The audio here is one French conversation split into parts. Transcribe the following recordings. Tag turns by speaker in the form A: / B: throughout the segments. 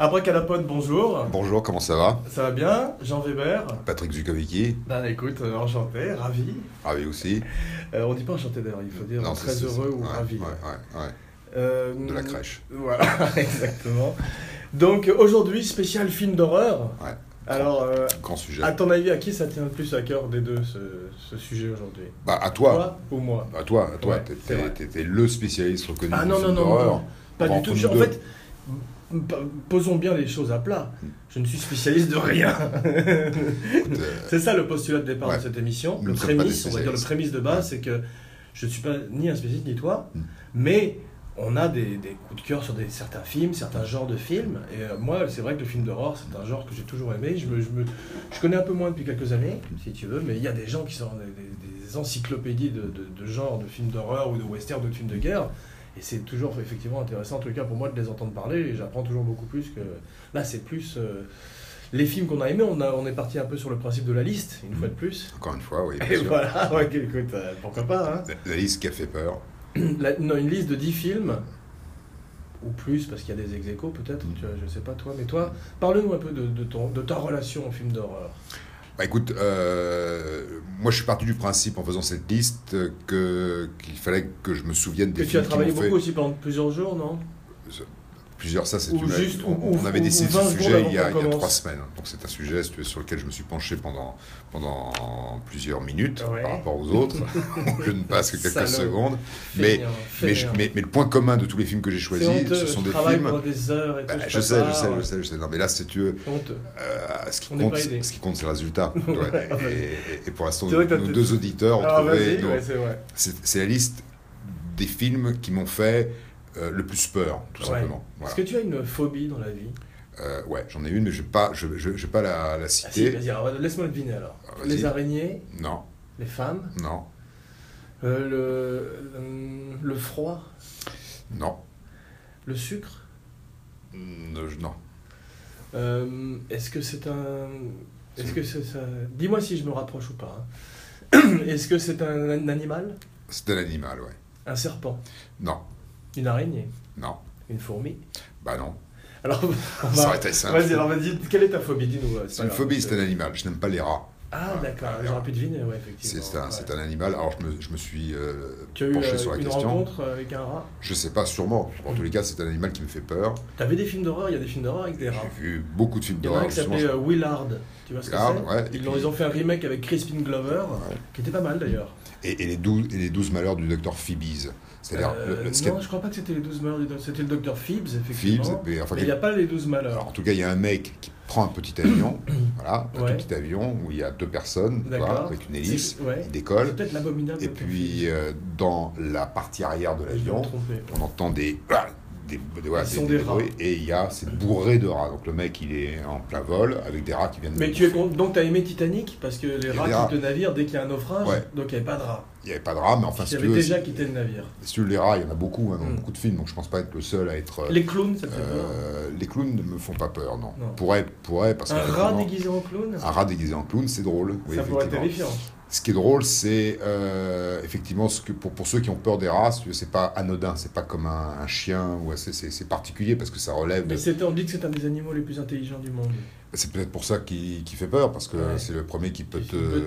A: Abracadapod, bonjour.
B: Bonjour, comment ça va
A: Ça va bien Jean Weber
B: Patrick Zukovicki,
A: Ben écoute, euh, enchanté, ravi.
B: ravi aussi.
A: Euh, on dit pas enchanté d'ailleurs, il faut dire
B: Non,
A: très
B: c'est- c'est-
A: heureux ou
B: ouais,
A: ravi.
B: ouais, ouais, ouais.
A: Euh,
B: De la crèche.
A: Voilà, exactement. Donc aujourd'hui, spécial film d'horreur.
B: Ouais.
A: Alors, euh,
B: Grand sujet.
A: à ton avis, à qui ça tient le plus à cœur des deux, ce, ce sujet aujourd'hui
B: bah, à toi.
A: Toi ou moi
B: À toi, à toi.
A: Ouais,
B: T'es-
A: c'est
B: t'es-
A: vrai.
B: t'es- t'es le spécialiste reconnu
A: Ah
B: du
A: non, non, non,
B: film
A: non,
B: d'horreur.
A: non. Pas
B: On
A: du
B: va en
A: tout.
B: prendre
A: Je- en
B: deux. Mm.
A: fait, m- p- posons bien les choses à plat. Je ne suis spécialiste de rien.
B: Écoute, euh,
A: C'est ça le postulat de départ
B: Ouais.
A: de cette émission.
B: Nous
A: le
B: ne sommes pas
A: prémisse,
B: des
A: on va dire le
B: spécialistes.
A: prémisse de base, c'est que je ne suis pas ni un spécialiste ni toi,
B: Mm.
A: mais on a des, des coups de cœur sur des, certains films, certains genres de films. Et euh, moi, c'est vrai que le film d'horreur, c'est un genre que j'ai toujours aimé. Je, me, je, me- je connais un peu moins depuis quelques années, si tu veux, mais il y a des gens qui sont des, des- des encyclopédies de, de, de genres de films d'horreur ou de western ou de films de guerre. Et c'est toujours effectivement intéressant, en tout cas pour moi, de les entendre parler. Et j'apprends toujours beaucoup plus que. Là, c'est plus. euh, les films qu'on a aimés, on, a, on est parti un peu sur le principe de la liste, une
B: Mm.
A: fois de plus.
B: encore une fois, oui. bien
A: Et
B: sûr.
A: voilà, ouais, écoute, euh, pourquoi pas. hein.
B: La, la liste qui a fait peur.
A: La- non, une liste de 10 films, ou plus, parce qu'il y a des ex aequo, peut-être,
B: Mm.
A: tu vois, je sais pas toi, mais toi, parle-nous un peu de, de ton, de ta relation au film d'horreur.
B: Bah, écoute, euh, moi je suis parti du principe en faisant cette liste euh, que qu'il fallait que je me souvienne
A: Que
B: des
A: tu as
B: films qui
A: travaillé
B: m'ont
A: beaucoup
B: fait
A: aussi pendant plusieurs jours, non
B: plusieurs. Ça, c'est
A: Ou
B: une-
A: juste-
B: on,
A: ou- ou-
B: on avait
A: ou-
B: décidé
A: ou 20
B: ce sujet
A: secondes avant
B: il y, a, il y a
A: qu'on
B: trois
A: commence.
B: semaines. Donc c'est un sujet si tu veux, sur lequel je me suis penché pendant pendant plusieurs minutes
A: Ouais.
B: par rapport aux autres. je ne passe que quelques
A: Salaud.
B: secondes. Mais-
A: Fainéant,
B: Mais, je-
A: fainéant.
B: mais- mais le point commun de tous les films que j'ai
A: c'est
B: choisis,
A: honteux,
B: ce sont
A: tu
B: des
A: travailles
B: films.
A: pendant des heures et tout.
B: Bah,
A: c'est
B: je
A: pas
B: sais, je
A: ça,
B: sais,
A: ouais.
B: je sais, je sais. Non, mais là, si tu veux,
A: C'est honteux.
B: euh, ce, qui
A: On n'est
B: compte,
A: pas aidé.
B: ce qui compte, c'est le résultat. Ouais. et, et- et pour l'instant,
A: C'est vrai que
B: nos,
A: t'as-
B: nos deux auditeurs ont
A: Ah,
B: trouvé.
A: vas-y,
B: nos-
A: ouais, c'est vrai.
B: C'est c'est la liste des films qui m'ont fait euh, le plus peur, tout
A: Ouais.
B: simplement. Voilà.
A: Est-ce que tu as une phobie dans la vie
B: Euh, ouais, j'en ai une, mais je vais pas, je, je- je vais pas la, la
A: Ah si,
B: citer.
A: vas-y, alors, laisse-moi deviner alors.
B: Ah, vas-y.
A: les araignées,
B: non,
A: les femmes,
B: non,
A: euh, le, euh, le froid,
B: non,
A: le sucre.
B: ne- je- non.
A: Euh, est-ce que c'est un. Est-ce que c'est ça. Dis-moi si je me rapproche ou pas. hein. est-ce que c'est un, un animal
B: C'était l'animal, ouais.
A: Un serpent
B: Non,
A: Une araignée
B: non,
A: Une fourmi
B: bah non.
A: Alors, on
B: Ça
A: va-
B: aurait été simple.
A: Ah, bah, vas-y, alors vas-y, quelle est ta phobie Dis-nous.
B: C'est une phobie, c'est
A: c'était
B: un animal. Je n'aime pas les rats.
A: Ah,
B: Ouais,
A: d'accord,
B: ouais,
A: j'aurais
B: ouais.
A: pu deviner, ouais,
B: C'est
A: effectivement.
B: c'est un,
A: ouais.
B: c'est un animal. Alors je me, je me suis euh,
A: Tu as eu
B: penché
A: euh,
B: sur la
A: une
B: question.
A: rencontre avec un rat
B: Je sais pas, sûrement. En tous les cas, c'est un animal qui me fait peur.
A: T'avais des films d'horreur Il y a des films d'horreur avec des rats.
B: J'ai vu beaucoup de films
A: Il y en a un
B: d'horreur.
A: qui
B: justement.
A: s'appelait euh, Willard. Tu vois ce que
B: Willard,
A: c'est
B: ouais, et
A: ils, l'ont-
B: puis-
A: ils ont fait un remake avec Crispin Glover,
B: Ouais.
A: qui était pas mal d'ailleurs.
B: Et, et les douze, et les douze malheurs du docteur Phoebes. C'est-à-dire,
A: Euh,
B: le- le- ce qu'il y a-
A: non, je crois pas que c'était les 12 malheurs, du doc- c'était le Dr. Phoebes, effectivement.
B: Phoebes, mais enfin,
A: Mais il n'y a pas les 12
B: Alors,
A: malheurs.
B: en tout cas, il y a un mec qui prend un petit avion, voilà, un
A: Ouais.
B: tout petit avion où il y a deux personnes, tu vois,
A: D'accord.
B: avec une hélice,
A: C'est- ouais.
B: il
A: C'est
B: décolle,
A: peut-être l'abominable.
B: et
A: Dr.
B: puis euh, dans la partie arrière de
A: Phoebes. Je vais me
B: l'avion,
A: tromper.
B: on entend des ah, des, des- ouais,
A: Ils sont des rats.
B: bruits, et il y a c'est bourré de rats. Donc le mec, il est en plein vol avec des rats qui viennent. de
A: Mais
B: le
A: tu es
B: bouffer.
A: con- donc t'as aimé Titanic parce que les
B: y a
A: rats
B: des rats.
A: quittent le navire dès qu'il y a un naufrage,
B: Ouais.
A: donc il n'y avait pas de rats.
B: Il n'y avait pas de rats, mais enfin,
A: Ils
B: si tu,
A: avaient
B: veux,
A: déjà
B: si-
A: quitté le navire.
B: si tu veux, les rats, il y en a beaucoup, hein, dans
A: Mm.
B: beaucoup de films, donc je pense pas être le seul à être. euh,
A: Les clowns, ça te fait peur
B: euh, les clowns ne me font pas peur, non.
A: Non.
B: Pourrait, pourrait, parce
A: Un rat
B: qu'effectivement,
A: déguisé en clown
B: un rat déguisé en clown, c'est drôle. oui,
A: Ça pourrait être
B: effectivement.
A: terrifiant.
B: Ce qui est drôle, c'est euh, effectivement ce que pour, pour ceux qui ont peur des rats, si tu veux, c'est pas anodin, c'est pas comme un, un chien ou un- c'est- c'est c'est particulier parce que ça relève.
A: Mais
B: de-
A: c'était- on dit que c'est un des animaux les plus intelligents du monde.
B: C'est peut-être pour ça qu'il qu'il fait peur parce que
A: Ouais.
B: c'est le premier qui peut
A: Il
B: te. euh,
A: peut te-
B: que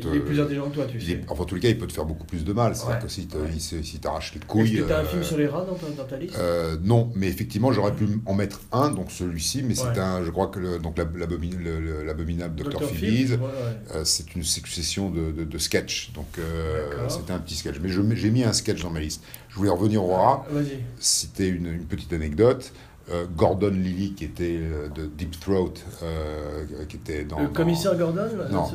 B: te-
A: euh, il est plus intelligent que toi, tu
B: il
A: sais.
B: est- enfin, en tous les cas, il peut te faire beaucoup plus de mal. C'est-à-dire
A: Ouais.
B: que si te-
A: Ouais.
B: il se- si t'arraches les
A: Est-ce
B: couilles.
A: que t'as un
B: euh,
A: film sur les rats dans ta, dans ta liste
B: euh, non, mais effectivement, j'aurais pu en mettre un, donc celui-ci, mais
A: Ouais.
B: c'est un, je crois que le- donc l'ab- l'abomi- le- le- l'abominable Dr. Phoebes,
A: Phil, ouais, ouais.
B: Euh, c'est une succession de, de, de sketchs. Donc, euh,
A: D'accord.
B: c'était un petit sketch. Mais je mets- j'ai mis un sketch dans ma liste. Je voulais revenir au rat.
A: Ah, Vas-y.
B: C'était une, une petite anecdote. Euh, Gordon Lilly, qui était euh, de Deep Throat, euh, qui était dans,
A: Le
B: dans-
A: commissaire Gordon là,
B: Non.
A: ce-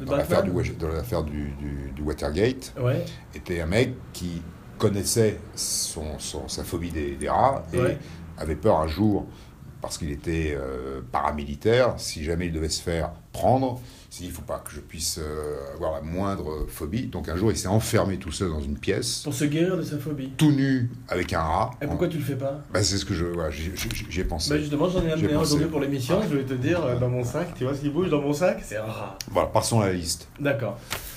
A: de
B: dans l'affaire du,
A: Batman
B: Wa- dans l'affaire du, du- du Watergate,
A: Ouais,
B: était un mec qui connaissait son, son- sa phobie des, des rats et
A: Ouais.
B: avait peur un jour, parce qu'il était euh, paramilitaire, si jamais il devait se faire prendre, il s'est dit, il ne faut pas que je puisse euh, avoir la moindre phobie. Donc un jour, il s'est enfermé tout seul dans une pièce,
A: pour se guérir de sa phobie.
B: tout nu, avec un rat.
A: Et pourquoi tu le fais pas
B: Bah, C'est ce que je... voilà, j'y- j'y j'y ai pensé.
A: bah justement, j'en ai
B: J'ai
A: amené un
B: pensé.
A: aujourd'hui pour l'émission, je vais te dire, euh, dans mon sac, tu vois ce qui bouge dans mon sac C'est un rat.
B: Voilà, passons à la liste.
A: D'accord.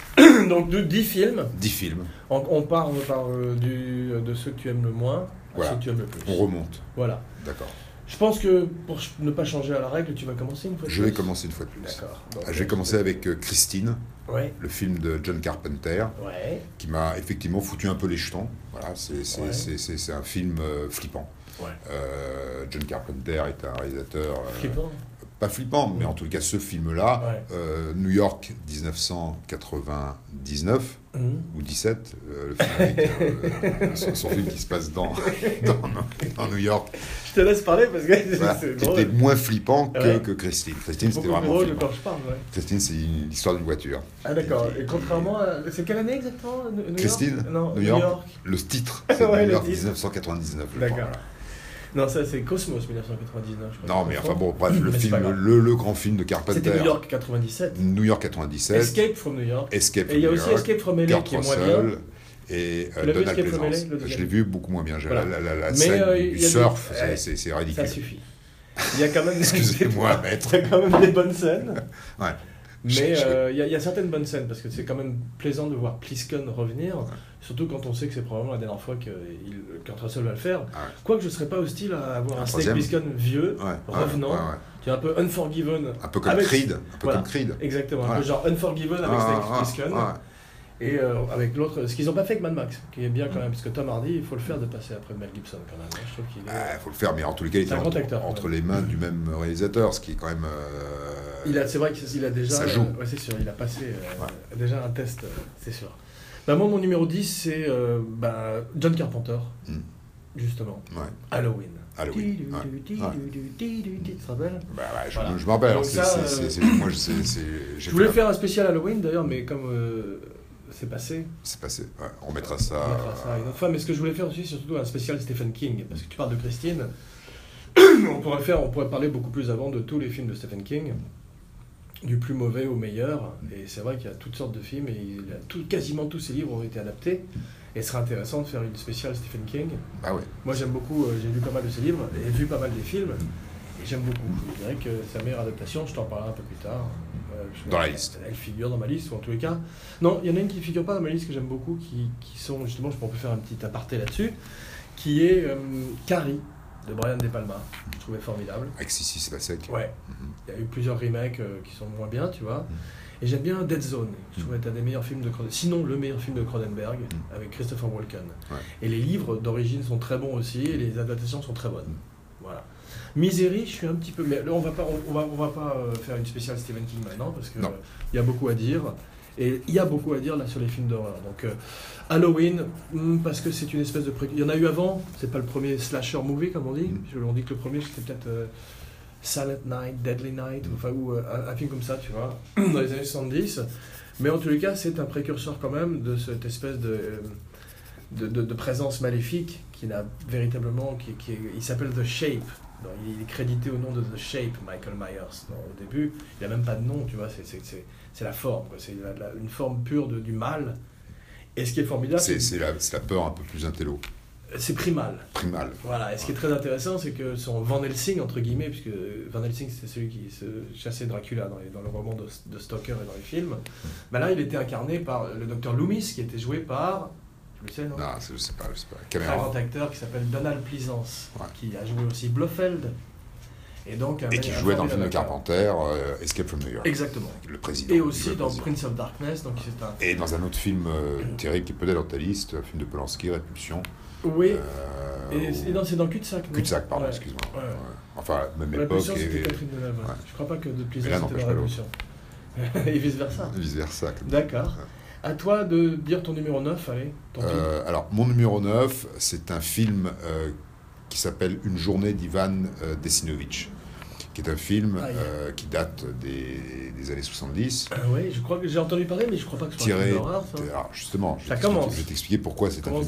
A: Donc, de 10 films,
B: 10 films,
A: on, on part, on part, euh, du, de ceux que tu aimes le moins à
B: Voilà.
A: ceux que tu aimes le plus.
B: on remonte.
A: Voilà.
B: D'accord.
A: Je pense que pour ch- ne pas changer à la règle, tu vas commencer une fois de
B: Je vais
A: plus.
B: commencer une fois de plus.
A: D'accord.
B: Ah, Je vais commencer avec euh, Christine,
A: Ouais.
B: le film de John Carpenter,
A: Ouais.
B: qui m'a effectivement foutu un peu les jetons. Voilà, c'est c'est-
A: Ouais.
B: c'est- c'est- c'est un film euh, flippant.
A: Ouais.
B: Euh, John Carpenter est un réalisateur euh,
A: Flippant.
B: pas flippant, mais en tout cas ce film-là,
A: Ouais.
B: euh, New York 1999
A: Mhm.
B: ou 17, euh, le film avec, euh, son, son film qui se passe dans, dans, dans New York,
A: Je te laisse parler parce que
B: voilà,
A: c'est
B: qui
A: drôle.
B: était moins flippant que,
A: Ouais.
B: que Christine. Christine, c'était
A: Beaucoup
B: vraiment
A: drôle
B: flippant.
A: quand je parle. ouais.
B: Christine, c'est une- l'histoire d'une voiture.
A: Ah d'accord.
B: Et-
A: Et contrairement à... C'est quelle année exactement New- New York
B: Christine,
A: Non,
B: New York. Le titre, c'est
A: Ouais,
B: New
A: le
B: York
A: titre.
B: 1999. je crois,
A: D'accord.
B: voilà.
A: Non, ça c'est Cosmos 1999. je crois.
B: Non, mais enfin bon, bref, le
A: Mais c'est pas
B: film,
A: grave.
B: le, le grand film de Carpenter.
A: C'était New York 97.
B: New York 97.
A: Escape from New York.
B: Escape
A: Et il y a
B: from
A: aussi
B: New York.
A: Escape from LA
B: Kurt
A: qui est moins bien.
B: Russell et euh,
A: l'as vu,
B: Donald
A: Escape from
B: Plaisance.
A: LA, le deuxième
B: Je l'ai vu beaucoup moins bien. J'ai-
A: Voilà.
B: La, la- la
A: Mais,
B: scène
A: euh,
B: du-
A: il
B: du
A: y a des-
B: surf,
A: Eh,
B: c'est- c'est c'est ridicule.
A: Ça suffit. Il y a quand même.
B: Excusez-moi, maître.
A: Il y a quand même des bonnes scènes.
B: Ouais.
A: Mais
B: Je- je-
A: euh, il y, a- il y a certaines bonnes scènes parce que c'est quand même plaisant de voir Plisken revenir, surtout quand on sait que c'est probablement la dernière fois que il, Kurt Russell va le faire. Quoique je serais pas hostile à avoir
B: Ah Un
A: un, Snake
B: troisième.
A: Plissken vieux,
B: Ouais, ouais,
A: revenant,
B: ouais, ouais.
A: qui est un peu Unforgiven.
B: Un peu comme
A: Avec-
B: Creed. Un peu
A: Ah, Voilà.
B: comme Creed.
A: Exactement, un
B: Voilà.
A: peu genre Unforgiven avec
B: Ah,
A: Snake
B: ah,
A: Plissken.
B: ah,
A: Et euh, avec l'autre, ce qu'ils ont pas fait avec Mad Max, qui est bien quand même, parce que Tom Hardy, il faut le faire de passer après Mel Gibson quand même. hein. Je trouve qu'il est.
B: ah, faut le faire, mais en tous les cas, il
A: C'est
B: était
A: un grand
B: entre,
A: acteur,
B: entre
A: ouais.
B: les mains du même réalisateur, ce qui est quand même. euh,
A: Il a, c'est vrai qu'il a déjà.
B: Ça joue.
A: euh, ouais, c'est sûr, il a passé euh, déjà un test, euh, c'est sûr. Bah, moi, mon numéro 10, c'est euh, bah, John Carpenter,
B: Hmm.
A: justement.
B: Ouais.
A: Halloween.
B: Halloween,
A: Tidou,
B: ouais.
A: tidou, tidou, tidou, tidou, Tu te rappelles
B: Bah, ouais, je,
A: Voilà.
B: me- je me rappelle. alors,
A: Donc
B: c'est-
A: ça,
B: c'est-
A: euh,
B: c'est- c'est- Moi, je- c'est- c'est- j'ai
A: Je voulais
B: fait la-
A: faire un spécial Halloween d'ailleurs, mais comme euh, c'est passé,
B: C'est passé. Ouais, on mettra ça.
A: on fera ça une autre fois. Mais ce que je voulais faire aussi, c'est surtout un spécial Stephen King, parce que tu parles de Christine. on pourrait faire, on pourrait parler beaucoup plus avant de tous les films de Stephen King, du plus mauvais au meilleur. Et c'est vrai qu'il y a toutes sortes de films, et il a tout- quasiment tous ses livres ont été adaptés. Et ce serait intéressant de faire une spéciale Stephen King.
B: Bah ouais.
A: Moi j'aime beaucoup, euh, j'ai lu pas mal de ses livres, et vu pas mal des films, et j'aime beaucoup. Je dirais que sa meilleure adaptation, je t'en parlerai un peu plus tard. euh, je-
B: Dans la liste.
A: Elle figure dans ma liste, ou en tous les cas. Non, il y en a une qui figure pas dans ma liste que j'aime beaucoup, qui, qui sont, justement, je pense qu'on peut faire un petit aparté là-dessus, qui est euh, Carrie, de Brian De Palma. Je trouvais formidable.
B: Avec Sissi Spacek.
A: Ouais.
B: Mhm.
A: Il y a eu plusieurs remakes euh, qui sont moins bien, tu vois. Et j'aime bien Dead Zone, je trouve être un des meilleurs films de Cronen- sinon le meilleur film de Cronenberg, avec Christopher Walken.
B: Ouais.
A: Et les livres d'origine sont très bons aussi, et les adaptations sont très bonnes. Voilà. Misery, je suis un petit peu. Mais là, on va pas, on, on va, on va pas euh, faire une spéciale Stephen King maintenant, parce qu'il
B: Non.
A: y a beaucoup à dire. Et il y a beaucoup à dire là sur les films d'horreur. Donc euh, Halloween, hmm, parce que c'est une espèce de. pré- Il y en a eu avant, c'est pas le premier slasher movie comme on dit.
B: Mm.
A: Je- On dit que le premier c'était peut-être euh, Silent Night, Deadly Night, enfin, ou euh, un- un film comme ça, tu vois, dans les années 70. Mais en tous les cas, c'est un précurseur quand même de cette espèce de, euh, de, de- de présence maléfique qui n'a véritablement. Qui, qui est- il s'appelle The Shape. Donc, il est crédité au nom de The Shape, Michael Myers. Donc, au début, il n'a même pas de nom, tu vois, c'est- c'est- c'est c'est la forme, quoi. c'est la- la- une forme pure de- du mal. Et ce qui est formidable,
B: C'est
A: c'est
B: c'est la, c'est la peur un peu plus intello,
A: c'est primal.
B: primale.
A: Voilà, et ce qui est très intéressant, c'est que son Van Helsing, entre guillemets, puisque Van Helsing c'était celui qui se chassait Dracula dans, les- dans le roman de, de Stoker et dans les films, bah là il était incarné par le docteur Loomis qui était joué par. Tu le sais, non
B: Non, c'est- je sais pas, je sais pas.
A: Un
B: Caméra.
A: grand acteur qui s'appelle Donald Pleasance,
B: Ouais.
A: qui a joué aussi Blofeld. Et donc. un-
B: Et qui
A: un
B: jouait dans le film de
A: formidable
B: Carpenter, euh, Escape from New York.
A: acteur. Exactement.
B: Le président.
A: Et
B: il jouait
A: aussi
B: le
A: dans
B: président.
A: Prince of Darkness, donc c'est un.
B: Et dans un autre film euh, terrible qui est peut-être dans ta liste, un film de Polanski, Répulsion.
A: Oui,
B: euh,
A: et,
B: où-
A: et non, c'est dans Cul-de-sac. non
B: Cul-de-sac, pardon,
A: Ouais.
B: excuse-moi.
A: Ouais.
B: Ouais. Enfin, même
A: La
B: époque
A: Pulsion,
B: et,
A: c'était Catherine Deneuve.
B: ouais.
A: Je crois pas que de
B: Mais là,
A: Plaisance c'était
B: n'empêche
A: dans
B: pas
A: la Pulsion. Et vice-versa.
B: vice-versa. comme-
A: D'accord. À toi de dire ton numéro 9, allez. Tant pis.
B: Euh, alors, mon numéro 9, c'est un film euh, qui s'appelle Une journée d'Ivan euh, Desinovitch, qui est un film
A: Aïe.
B: euh, qui date des, des années 70.
A: Ah ouais, je crois que j'ai entendu parler, mais je crois pas que ce soit un
B: tiré.
A: film d'horreur, ça.
B: Alors justement, je
A: Ça
B: vais
A: commence.
B: t'expliquer- je vais t'expliquer pourquoi c'est un film
A: Commence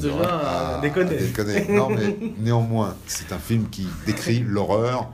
A: déjà
B: d'horreur.
A: à déconner.
B: Non, mais néanmoins, c'est un film qui décrit l'horreur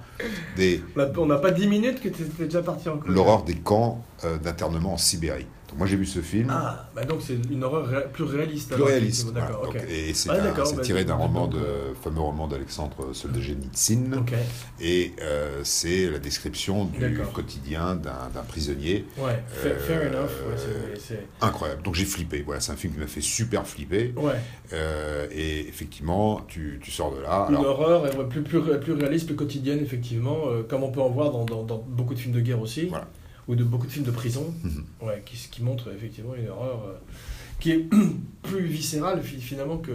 B: des
A: On a- On n'a pas 10 minutes que tu étais déjà parti en couille.
B: l'horreur des camps euh, d'internement en Sibérie. Donc moi, j'ai vu ce film.
A: Ah, bah donc c'est une horreur ré- plus réaliste.
B: Plus
A: alors,
B: réaliste.
A: effectivement. D'accord, ok.
B: voilà. Donc, Et c'est
A: Ah,
B: d'un-
A: d'accord,
B: c'est
A: bah,
B: tiré d'un
A: donc,
B: roman,
A: donc, euh,
B: de, fameux roman d'Alexandre Solzhenitsyn.
A: Ok,
B: Et euh, c'est la description du
A: D'accord.
B: quotidien d'un d'un prisonnier.
A: ouais, fa-
B: Euh,
A: fair enough. Ouais, c'est- c'est-
B: Incroyable. Donc j'ai flippé. Voilà, c'est un film qui m'a fait super flipper.
A: ouais.
B: Euh, et effectivement, tu, tu sors de là.
A: une
B: Alors,
A: horreur euh, plus, plus, plus réaliste, plus quotidienne, effectivement, euh, comme on peut en voir dans, dans- dans beaucoup de films de guerre aussi,
B: Voilà.
A: ou de beaucoup de films de prison,
B: Mhm.
A: ouais, qui, qui montrent effectivement une horreur euh, qui est plus viscérale fi- finalement que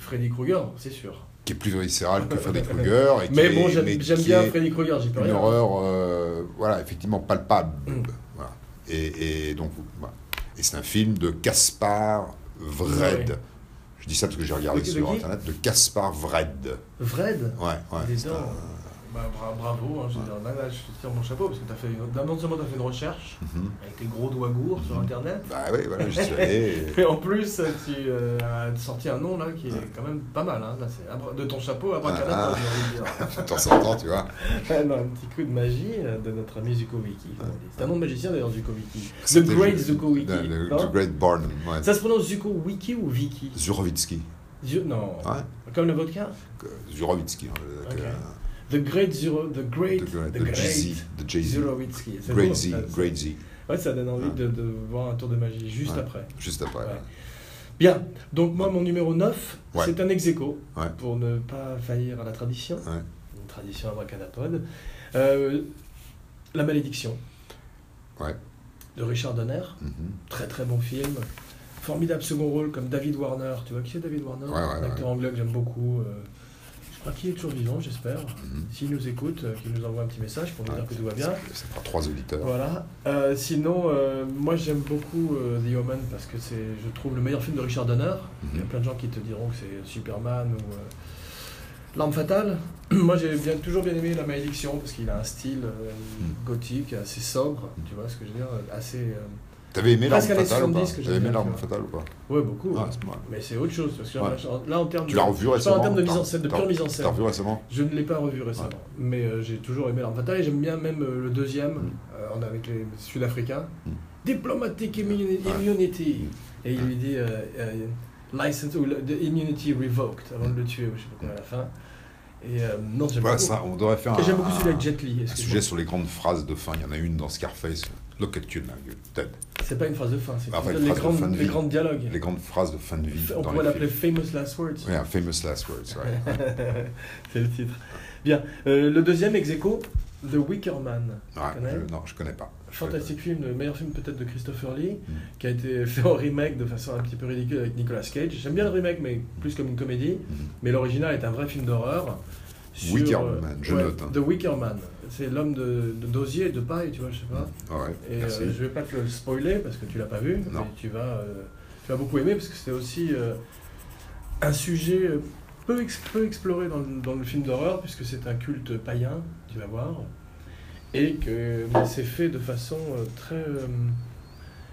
A: Freddy Krueger, c'est sûr.
B: qui est plus viscéral que Freddy Krueger. et qui
A: Mais bon,
B: est-
A: j'aime
B: mais
A: j'aime
B: qui
A: bien
B: est
A: Freddy Krueger, j'y peux
B: Une
A: rien.
B: horreur, euh, voilà, effectivement palpable.
A: Mm.
B: Voilà. Et, et donc, voilà. Et c'est un film de Caspar Vred.
A: Ouais.
B: Je dis ça parce que j'ai
A: De
B: regardé
A: qui- de
B: sur
A: qui
B: Internet. De Caspar Vred.
A: Vred
B: Ouais, ouais.
A: Dis
B: c'est
A: donc.
B: un-
A: Bah, bra- bravo, hein, je, veux dire, là, là, je te tire mon chapeau parce que t'as fait une, non seulement t'as fait une recherche
B: Mhm.
A: avec tes gros doigts gourds sur internet,
B: Bah ouais, voilà, j'y suis allé.
A: mais en plus tu euh, as sorti un nom là qui est quand même pas mal, hein. là, c'est abra- de ton chapeau à
B: Ah,
A: Bracadabra,
B: ah.
A: j'ai envie de dire.
B: De temps en temps, tu vois.
A: Ouais, non, un petit coup de magie euh, de notre ami Zukovicki. comme on dit. Ah, C'est un nom de magicien d'ailleurs, Zukovicki. The
B: C'était
A: Great
B: le-
A: Zukovicki.
B: le- le-
A: non
B: The Great Barnum, ouais.
A: Ça se prononce Zukovicki ou Vicky
B: Zurovitsky.
A: Zu- Non.
B: Ouais.
A: Comme le vodka
B: que- Zurovitsky. hein, le-
A: Ok.
B: que-
A: The Great Zero. The Great.
B: de-
A: The
B: de Jay-Z.
A: Great.
B: De Jay-Z.
A: Zurovitsky. C'est
B: Great
A: beau,
B: Z.
A: ça,
B: Great Z.
A: Ouais, ça donne envie
B: Ouais.
A: de, de voir un tour de magie juste
B: Ouais.
A: après.
B: Juste après.
A: Ouais.
B: ouais.
A: Bien, donc moi, mon numéro 9,
B: Ouais.
A: c'est un ex aequo,
B: Ouais.
A: pour ne pas faillir à la tradition,
B: Ouais.
A: une tradition abracadapod. Euh, la malédiction
B: Ouais.
A: de Richard Donner,
B: Mhm.
A: très très bon film. Formidable second rôle comme David Warner. Tu vois qui c'est David Warner
B: Ouais, ouais,
A: Un
B: ouais.
A: acteur anglais que j'aime beaucoup. euh, je crois qu'il est toujours vivant, j'espère.
B: Mhm.
A: S'il nous écoute, euh, qu'il nous envoie un petit message pour nous
B: Ouais,
A: dire que tout va bien.
B: Ça fera trois auditeurs.
A: Voilà. Euh, sinon, euh, moi j'aime beaucoup euh, The Omen parce que c'est, je trouve, le meilleur film de Richard Donner.
B: Mhm.
A: Il y a plein de gens qui te diront que c'est Superman ou euh, L'arme fatale. moi j'ai bien, toujours bien aimé La Malédiction parce qu'il a un style euh,
B: Mhm.
A: gothique assez sobre, tu vois ce que je veux dire, assez. euh,
B: T'avais aimé l'arme
A: Presque années
B: fatale ou pas
A: 70 que
B: T'avais aimé
A: j'aime bien,
B: l'arme
A: tu vois.
B: fatale ou pas
A: Ouais, beaucoup.
B: Ah,
A: ouais.
B: c'est pas mal.
A: Mais c'est autre chose parce que
B: Ouais.
A: là en termes
B: Tu
A: de-
B: l'as revu
A: je parle
B: récemment
A: en termes de
B: t'as-
A: mise en scène, de
B: t'as-
A: pure mise en scène.
B: T'as revu récemment
A: Je ne l'ai pas revu récemment,
B: Ouais.
A: mais euh, j'ai toujours aimé l'arme fatale et j'aime bien même euh, le deuxième,
B: Mm.
A: euh, on est avec les Sud-Africains.
B: Mm.
A: Diplomatic immunity,
B: Ouais. Mm.
A: immunity. Et il lui dit euh, euh, license ou le- the immunity revoked avant de le tuer, ou je sais pas quoi à la fin. Et euh, non, j'aime
B: Voilà,
A: beaucoup.
B: ça, on devrait faire
A: Et
B: un,
A: j'aime beaucoup celui
B: un-
A: avec Jet Li.
B: un
A: excuse-moi.
B: sujet sur les grandes phrases de fin. Il y en a une dans Scarface. Look at you now, you dead.
A: C'est pas une phrase de fin, c'est
B: Enfin,
A: plutôt
B: Bah, une
A: les,
B: phrase de fin
A: grandes,
B: de
A: les
B: vie.
A: grands dialogues.
B: Les grandes phrases de fin de vie.
A: On
B: dans
A: pourrait
B: les
A: l'appeler
B: films.
A: famous last words.
B: Ouais, un famous last words. ouais.
A: c'est le titre. Bien, Euh, le deuxième ex aequo, The Wicker Man.
B: Ouais,
A: connais
B: je- non, je connais pas. Je connais
A: Fantastique film, le meilleur film peut-être de Christopher Lee,
B: Mm.
A: qui a été fait en remake de façon un petit peu ridicule avec Nicolas Cage. J'aime bien le remake, mais plus comme une comédie.
B: pas. Mhm.
A: Mais l'original est un vrai film d'horreur. sur,
B: Wicker
A: euh,
B: Man, je
A: ouais,
B: note, hein.
A: The Wicker Man. C'est l'homme de, de d'osier et de paille, tu vois, je sais pas.
B: Ah ouais,
A: Et
B: merci.
A: euh, je vais pas te le spoiler parce que tu l'as pas vu,
B: Non.
A: mais tu vas, euh, tu vas beaucoup aimer parce que c'est aussi euh, un sujet euh, peu, ex- peu exploré dans le, dans le film d'horreur puisque c'est un culte païen, tu vas voir, et que mais c'est fait de façon euh, très euh,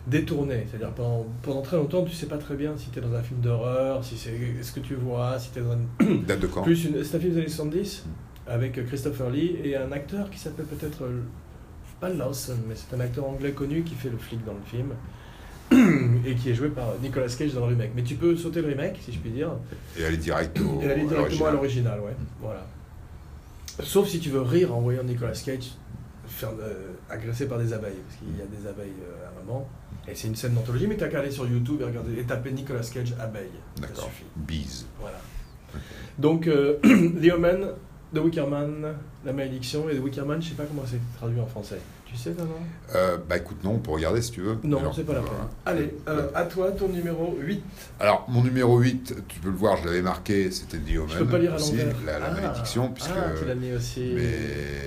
A: détournée. C'est-à-dire pendant, pendant très longtemps, tu sais pas très bien si tu es dans un film d'horreur, si c'est ce que tu vois, si tu es dans une
B: Date de quand
A: plus une, c'est un film des années 70 avec euh, Christopher Lee et un acteur qui s'appelle peut-être. euh, Pas Lawson, mais c'est un acteur anglais connu qui fait le flic dans le film et qui est joué par Nicolas Cage dans le remake. Mais tu peux sauter le remake, si je puis dire,
B: Et aller direct au.
A: et aller
B: à
A: directement à
B: Oh,
A: l'original,
B: l'original. Mm.
A: ouais. Voilà. Sauf si tu veux rire en voyant Nicolas Cage faire euh, agresser par des abeilles, parce qu'il y a des abeilles euh, à un moment. Et c'est une scène d'anthologie, mais t'as qu'à aller sur YouTube et regarder et taper Nicolas Cage abeille. Ça
B: D'accord.
A: suffit.
B: Bise.
A: Voilà. Donc, euh, The Omen, The Wicker Man, La Malédiction et The Wicker Man, je sais pas comment c'est traduit en français. Tu sais, non
B: Euh, bah écoute, non, on peut regarder si tu veux.
A: Non,
B: Alors, euh,
A: c'est pas la peine.
B: voilà.
A: Allez, euh, à toi, ton numéro 8.
B: Alors, mon numéro 8, tu peux le voir, je l'avais marqué, c'était The Omen.
A: Je peux pas lire à
B: aussi,
A: l'envers.
B: La, la
A: Ah,
B: malédiction, puisque.
A: Ah, tu l'as mis aussi.
B: mais,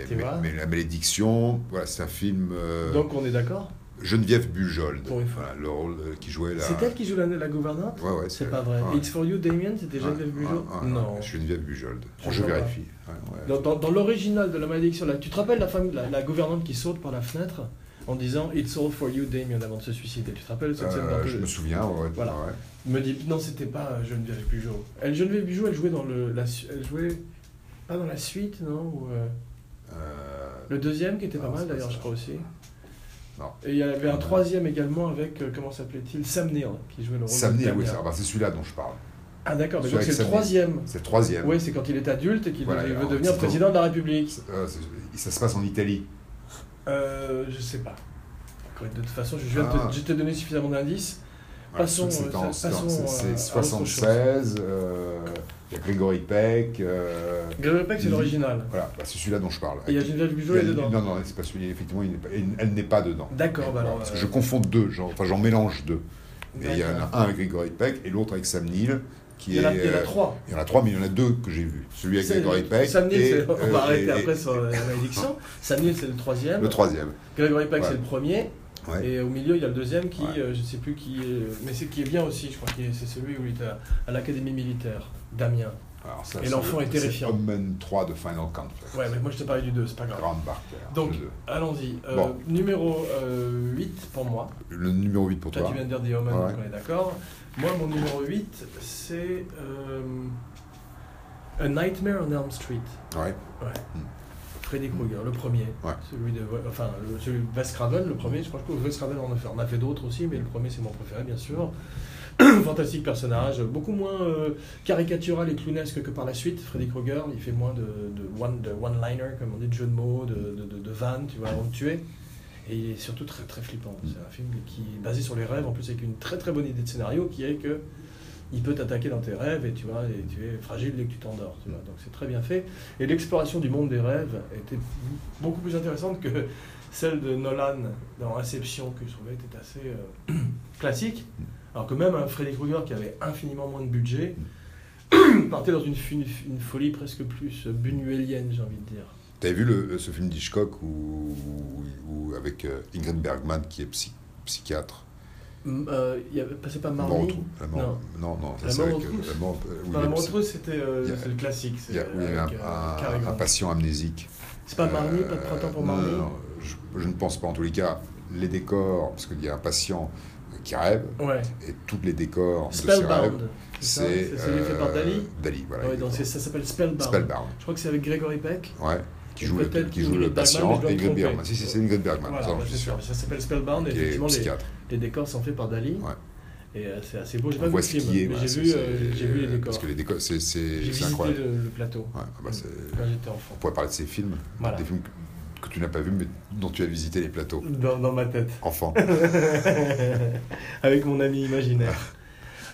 A: Tu
B: mais-
A: vois
B: mais la malédiction, voilà, c'est un film. euh,
A: Donc, on est d'accord
B: Geneviève Bujold,
A: Pour une fois.
B: voilà, le rôle euh, qui jouait la.
A: C'est elle qui joue la, la gouvernante
B: Ouais, ouais,
A: C'est pas vrai.
B: ouais.
A: It's for you, Damien C'était Geneviève
B: Ouais,
A: Bugeaud
B: ouais, ouais,
A: Non.
B: ouais, Geneviève Bujold.
A: Je
B: Bon, je
A: vois pas.
B: vérifie. Ouais, ouais.
A: Dans, dans- dans l'original de La Malédiction, là, tu te rappelles la, femme, la, la gouvernante qui saute par la fenêtre en disant It's all for you, Damien, avant de se suicider. Tu te rappelles cette scène dans
B: Euh, je
A: le-
B: me souviens, ouais,
A: Voilà.
B: ouais.
A: me dit non c'était pas euh, Geneviève Bugeaud. Elle Geneviève Bugeaud elle jouait dans le la su- elle jouait pas dans la suite non ou euh,
B: Euh,
A: le deuxième qui était
B: Ah,
A: pas
B: c'est
A: mal
B: pas
A: d'ailleurs
B: ça.
A: je crois aussi.
B: Non. Euh,
A: Et il y avait un troisième également avec, euh, comment s'appelait-il Sam Neill, qui jouait le rôle
B: Sam
A: de
B: Neill, oui,
A: Tanner.
B: ça- bah, c'est celui-là dont je parle.
A: Ah d'accord, mais
B: Celui
A: donc c'est
B: avec
A: le
B: Sam Neill.
A: troisième.
B: C'est le troisième.
A: Oui, c'est quand il est adulte et qu'il
B: Voilà,
A: veut
B: alors,
A: devenir
B: c'est
A: président de la République.
B: Euh, c'est- ça se passe en Italie.
A: Euh, je sais pas. Encore une- De toute façon, je viens de
B: Ah.
A: te- je t'ai donné suffisamment d'indices.
B: Voilà,
A: Passons,
B: c'est
A: euh,
B: en-
A: ça-
B: c'est en-
A: passons,
B: c'est- c'est
A: euh, à autre
B: 76, euh, il y a Grégory Peck. euh,
A: Gregory Peck, c'est
B: Mhm.
A: l'original.
B: voilà, bah, c'est celui-là dont je parle.
A: Et il y a
B: Avec-
A: Geneviève
B: il y
A: Bugeaud
B: a-
A: est dedans.
B: Non, non, c'est pas celui effectivement, il n'est pas- elle- elle n'est pas dedans.
A: D'accord, bah
B: Voilà,
A: alors.
B: parce
A: euh,
B: que je confonds deux, j'en- enfin j'en mélange deux. Et il y en
A: d'accord.
B: a un avec Grégory Peck et l'autre avec Sam Neill. Qui
A: Il y en a-
B: est,
A: il y en a
B: euh,
A: trois.
B: il y en a trois, mais il y en a deux que j'ai vus. Celui avec
A: C'est-
B: Grégory Peck.
A: Sam Neill,
B: et,
A: c'est- on
B: euh,
A: va arrêter
B: et-
A: après
B: et-
A: sur la malédiction. Sam Neill, c'est le troisième.
B: Le troisième.
A: Gregory Peck,
B: Ouais.
A: c'est le premier.
B: Ouais.
A: Et au milieu, il y a le deuxième qui,
B: Ouais.
A: euh, je ne sais plus qui est, mais c'est qui est bien aussi, je crois que c'est celui où il est à, à l'Académie militaire, Damien.
B: Alors ça,
A: Et
B: c'est-
A: l'enfant est
B: c'est
A: terrifiant.
B: Homme 3 de Final Conflict.
A: Ouais, mais moi je te parlais du 2, c'est pas grave.
B: Graham Barker.
A: Donc,
B: le, deux.
A: Allons-y. Euh,
B: Bon.
A: Numéro 8 pour moi.
B: Le numéro 8 pour
A: Toi,
B: toi.
A: tu viens de dire The Omen,
B: Ouais.
A: donc on est d'accord. Moi, mon numéro 8, c'est euh, A Nightmare on Elm Street.
B: Ouais.
A: Freddy Krueger, le premier.
B: Ouais.
A: Celui de, ouais, enfin, le- celui de Wes Craven, le premier. Je crois que Wes Craven en a fait, on a fait d'autres aussi, mais le premier, c'est mon préféré, bien sûr. Fantastique personnage, beaucoup moins euh, caricatural et clownesque que par la suite. Freddy Krueger, il fait moins de, de one- de one-liner, comme on dit, de jeu de mots, de, de, de, de vannes, tu vois, avant de tuer. Et il est surtout très très flippant. C'est un film qui est basé sur les rêves, en plus avec une très très bonne idée de scénario qui est que il peut t'attaquer dans tes rêves et tu vois, et tu es fragile dès que tu t'endors. tu vois. Donc c'est très bien fait. Et l'exploration du monde des rêves était beaucoup plus intéressante que celle de Nolan dans Inception, que je trouvais était assez euh, classique. Alors que même un Freddy Krueger qui avait infiniment moins de budget partait dans une, fu- une folie presque plus bunuelienne, j'ai envie de dire.
B: T'avais vu le, ce film d'Hitchcock où, où- où- avec euh, Ingrid Bergman qui est psy- psychiatre.
A: Hum, euh, il y avait- c'est pas
B: La
A: Marnie
B: mort au trou. La mort- Non, non, ça
A: La
B: c'est
A: mort
B: avec
A: aux
B: euh,
A: trousses.
B: la mort. euh, où
A: Dans
B: il
A: la
B: est psy-
A: montre, c'était euh,
B: Il y a-
A: c'est le classique. c'est
B: il y a- où il y avait un,
A: avec, euh,
B: un-
A: Cary Grant.
B: un patient amnésique.
A: C'est pas Marnie, pas de printemps pour
B: Euh, non,
A: Marnie.
B: non, non, je, je ne pense pas. En tous les cas, les décors, parce qu'il y a un patient euh, qui rêve,
A: Ouais.
B: et tous les décors de ses rêves,
A: Spellbound. ça
B: c'est.
A: celui fait par
B: euh,
A: Dali.
B: Dali, voilà.
A: Ouais, donc c'est- ça s'appelle Spellbound.
B: Spellbound,
A: Je crois que c'est avec Gregory Peck.
B: ouais, qui
A: Et
B: joue le,
A: peut-être
B: qui joue
A: Ingrid
B: le
A: Bergman, mais je dois
B: patient et
A: me
B: Ingrid
A: tromper.
B: Bergman. Si, si, c'est Ingrid Bergman,
A: Voilà,
B: ça
A: ouais,
B: j'en suis
A: c'est
B: sûr.
A: sûr. Ça s'appelle Spellbound. Et
B: Qui est
A: effectivement, les,
B: psychiatre.
A: les décors sont faits par Dali.
B: Ouais.
A: Et euh, c'est assez beau. J'ai
B: On
A: pas vu
B: voit
A: le
B: ce
A: film,
B: qui est,
A: mais
B: voilà,
A: j'ai
B: c'est-
A: vu,
B: c'est-
A: euh, j'ai vu les décors.
B: Parce que les décors, c'est-
A: J'ai
B: c'est c'est
A: visité
B: incroyable.
A: le, le plateau
B: Ouais, ah bah, c'est-
A: quand j'étais enfant.
B: on pourrait parler de ces films,
A: Voilà.
B: des films que que tu n'as pas vus, mais dont tu as visité les plateaux.
A: Dans, dans ma tête.
B: Enfant.
A: Avec mon ami imaginaire.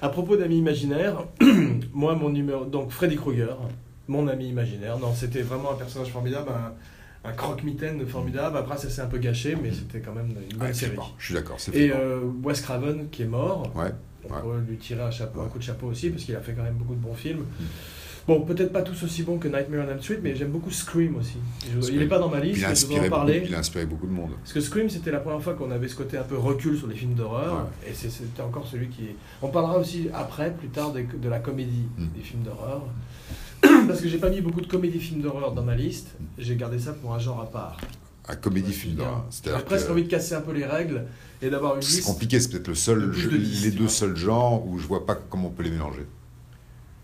A: À propos d'amis imaginaires, moi, mon numéro. Donc, Freddy Krueger, mon ami imaginaire. Non, c'était vraiment un personnage formidable, un, un croque-mitaine formidable. Après, ça s'est un peu gâché, mais c'était quand même une bonne
B: Ouais,
A: série.
B: flippant. Je suis d'accord, c'est
A: Et
B: flippant.
A: euh, Wes Craven, qui est mort.
B: Ouais.
A: On
B: Ouais.
A: peut lui tirer un, chapeau, un
B: Ouais. Mm.
A: coup de chapeau aussi, parce qu'il a fait quand même beaucoup de bons films. Bon, peut-être pas tous aussi bons que Nightmare on Elm Street, mais j'aime beaucoup Scream aussi. Je- il
B: Scream.
A: n'est pas dans ma liste,
B: il, a
A: mais je dois
B: inspiré
A: en
B: beaucoup,
A: parler.
B: il a inspiré beaucoup de monde.
A: Parce que Scream, c'était la première fois qu'on avait ce côté un peu recul sur les films d'horreur. Et c'est- c'était encore celui qui. On parlera aussi après, plus tard, des- de la comédie
B: Mm.
A: des films d'horreur. Parce que j'ai pas mis beaucoup de comédies films d'horreur dans ma liste. J'ai gardé ça pour un genre à part.
B: Un Mm. comédie
A: Ouais,
B: film
A: bien.
B: d'horreur.
A: J'avais
B: C'est-à-dire
A: presque
B: que
A: envie de casser un peu les règles et d'avoir une
B: c'est
A: liste.
B: compliqué, c'est peut-être le
A: de
B: seul,
A: plus
B: je-
A: de dix,
B: les
A: tu
B: deux
A: vois.
B: seuls genres où je vois pas comment on peut les mélanger.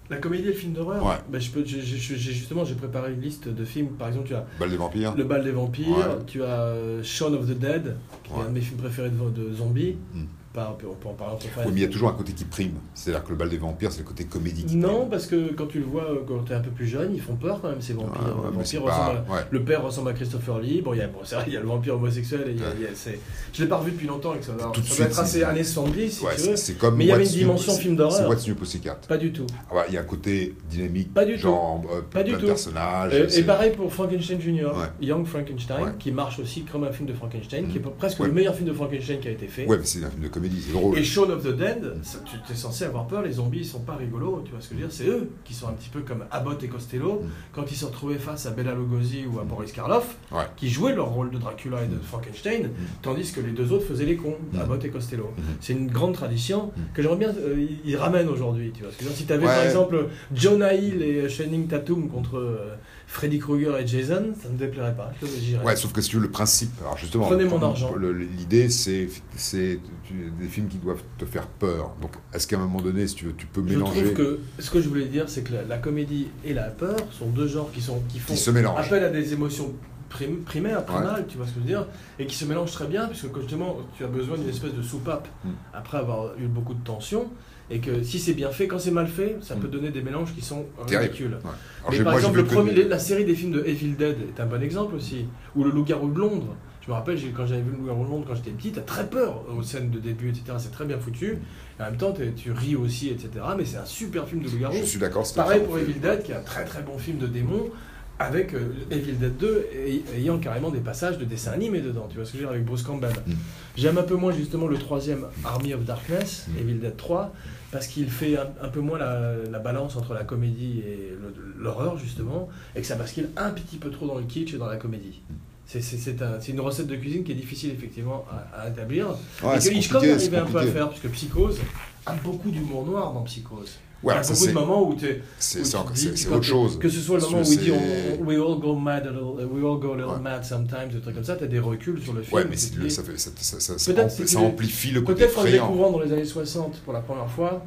A: La comédie et le film d'horreur
B: Ouais.
A: ben, je peux, j'ai- j'ai- j'ai- Justement, j'ai préparé une liste de films. Par exemple, tu as
B: Balle des vampires.
A: Le Bal des Vampires,
B: Ah. Ouais.
A: tu as euh, Shaun of the Dead, qui est
B: Ouais.
A: un de mes films préférés de, de zombies.
B: Mm.
A: Par, on peut on peut en parler entre
B: Oui, mais il y a toujours un côté qui prime. C'est-à-dire que le bal des vampires, c'est le côté comédie qui
A: Non, parce que quand tu le vois euh, quand t'es un peu plus jeune, ils font peur quand même ces
B: prime.
A: vampires.
B: Ouais, ouais,
A: le,
B: mais c'est
A: vampire
B: pas-
A: ressemble à-
B: ouais.
A: le père ressemble à Christopher Lee. Bon, il y a, bon, c'est vrai, il y a le vampire homosexuel. Et il y a-
B: Ouais.
A: il y a- c'est- Je l'ai pas revu depuis longtemps, et ça, doit-
B: Tout de
A: ça
B: suite,
A: doit être assez
B: c'est-
A: années 70, si
B: Ouais,
A: tu veux.
B: c'est- c'est comme
A: Mais il y avait
B: What's
A: une
B: New-
A: dimension
B: c'est-
A: film d'horreur.
B: C'est What's New Pussycat.
A: Pas du tout.
B: Ah bah, il y a un côté dynamique,
A: Pas du
B: genre euh,
A: Pas du
B: plein de
A: tout. Euh,
B: personnages.
A: Et,
B: c'est-
A: et pareil pour Frankenstein Jr.,
B: Ouais.
A: Young Frankenstein,
B: Ouais. Mm.
A: qui marche aussi comme un film de Frankenstein, qui est presque
B: Ouais.
A: le meilleur film de Frankenstein qui a été fait.
B: Ouais, mais c'est un film de comédie, c'est drôle.
A: Et Shaun of the Dead, ça, tu t'es censé avoir peur, les zombies ils sont pas rigolos, tu vois ce que je veux dire, c'est eux qui sont un petit peu comme Abbott et Costello,
B: Mm.
A: quand ils se retrouvaient face à Bela Lugosi ou à Boris Karloff,
B: Ouais.
A: qui jouaient leur rôle de Dracula et de Frankenstein, tandis que les deux autres faisaient les cons,
B: Mm.
A: Abbott et Costello.
B: Mm.
A: C'est une grande tradition que j'aimerais bien, euh, ils- ils ramènent aujourd'hui, tu vois ce que je veux dire, si t'avais par
B: Ouais.
A: exemple Jonah Hill et Shining Tatum contre euh, Freddy Krueger et Jason, ça ne me déplairait pas, je j'irais.
B: Ouais, sauf que si tu veux, le principe, alors justement,
A: Prenez
B: le-
A: mon argent.
B: le- L'idée, c'est c'est tu- des films qui doivent te faire peur. Donc, est-ce qu'à un moment donné, si tu veux, tu peux
A: Je
B: mélanger
A: trouve que ce que je voulais dire, c'est que la, la comédie et la peur sont deux genres qui, sont, qui font
B: qui se mélangent
A: appel à des émotions prim- primaire, primale, tu vois ce que je veux dire, et qui se mélange très bien, puisque justement, tu as besoin d'une espèce de soupape
B: Mm.
A: après avoir eu beaucoup de tension, et que si c'est bien fait, quand c'est mal fait, ça peut
B: Mm.
A: donner des mélanges qui sont
B: Terrible.
A: ridicules.
B: Alors,
A: Mais
B: j'ai-
A: par
B: moi, j'ai
A: exemple,
B: vu
A: le
B: que
A: premier,
B: des-
A: la série des films de Evil Dead est un bon exemple aussi, ou le Loup-garou de Londres. Je me rappelle, j'ai- quand j'avais vu le Loup-garou de Londres quand j'étais petit, t'as très peur aux scènes de début, etc. C'est très bien foutu. Et en même temps, t'es- tu ris aussi, etc. Mais c'est un super film de Loup-garou.
B: Je suis d'accord. c'est
A: Pareil
B: un
A: pour
B: film.
A: Evil Dead, qui est un très très bon film de démon, avec euh, Evil Dead 2 ay- ayant carrément des passages de dessins animés dedans, tu vois ce que je veux dire, avec Bruce Campbell.
B: Mm.
A: J'aime un peu moins justement le troisième Army of Darkness,
B: Mm.
A: Evil Dead 3, parce qu'il fait un, un peu moins la, la balance entre la comédie et le- l'horreur justement, et que ça bascule un petit peu trop dans le kitsch et dans la comédie.
B: Mm.
A: C'est- C'est c'est un- c'est une recette de cuisine qui est difficile effectivement à, à établir.
B: Ouais,
A: et
B: c'est
A: que Hitchcock
B: compliqué, c'est
A: arrivait un peu à
B: compliqué.
A: faire, puisque Psychose a beaucoup d'humour noir dans Psychose.
B: Ouais,
A: Il y a
B: ça,
A: beaucoup de
B: c'est-
A: moments où t'es-
B: c'est-
A: où
B: c'est
A: tu
B: encore-
A: dis
B: c'est-
A: que
B: c'est
A: quand-
B: autre chose.
A: Que ce soit le moment où
B: Parce
A: il
B: que
A: dit on,
B: c'est-
A: on- we all go mad, a little, uh, we all go a little
B: Ouais.
A: mad sometimes, des trucs comme ça, t'as des reculs sur le film.
B: Ouais, mais
A: tu
B: c'est
A: te
B: le-
A: dis-
B: ça, fait- ça- ça- ça- ça
A: Peut-être
B: ampli-
A: si tu
B: ça
A: l'es-
B: amplifie le côté
A: Peut-être qu'en le
B: effrayant.
A: découvrant dans les années 60 pour la première fois,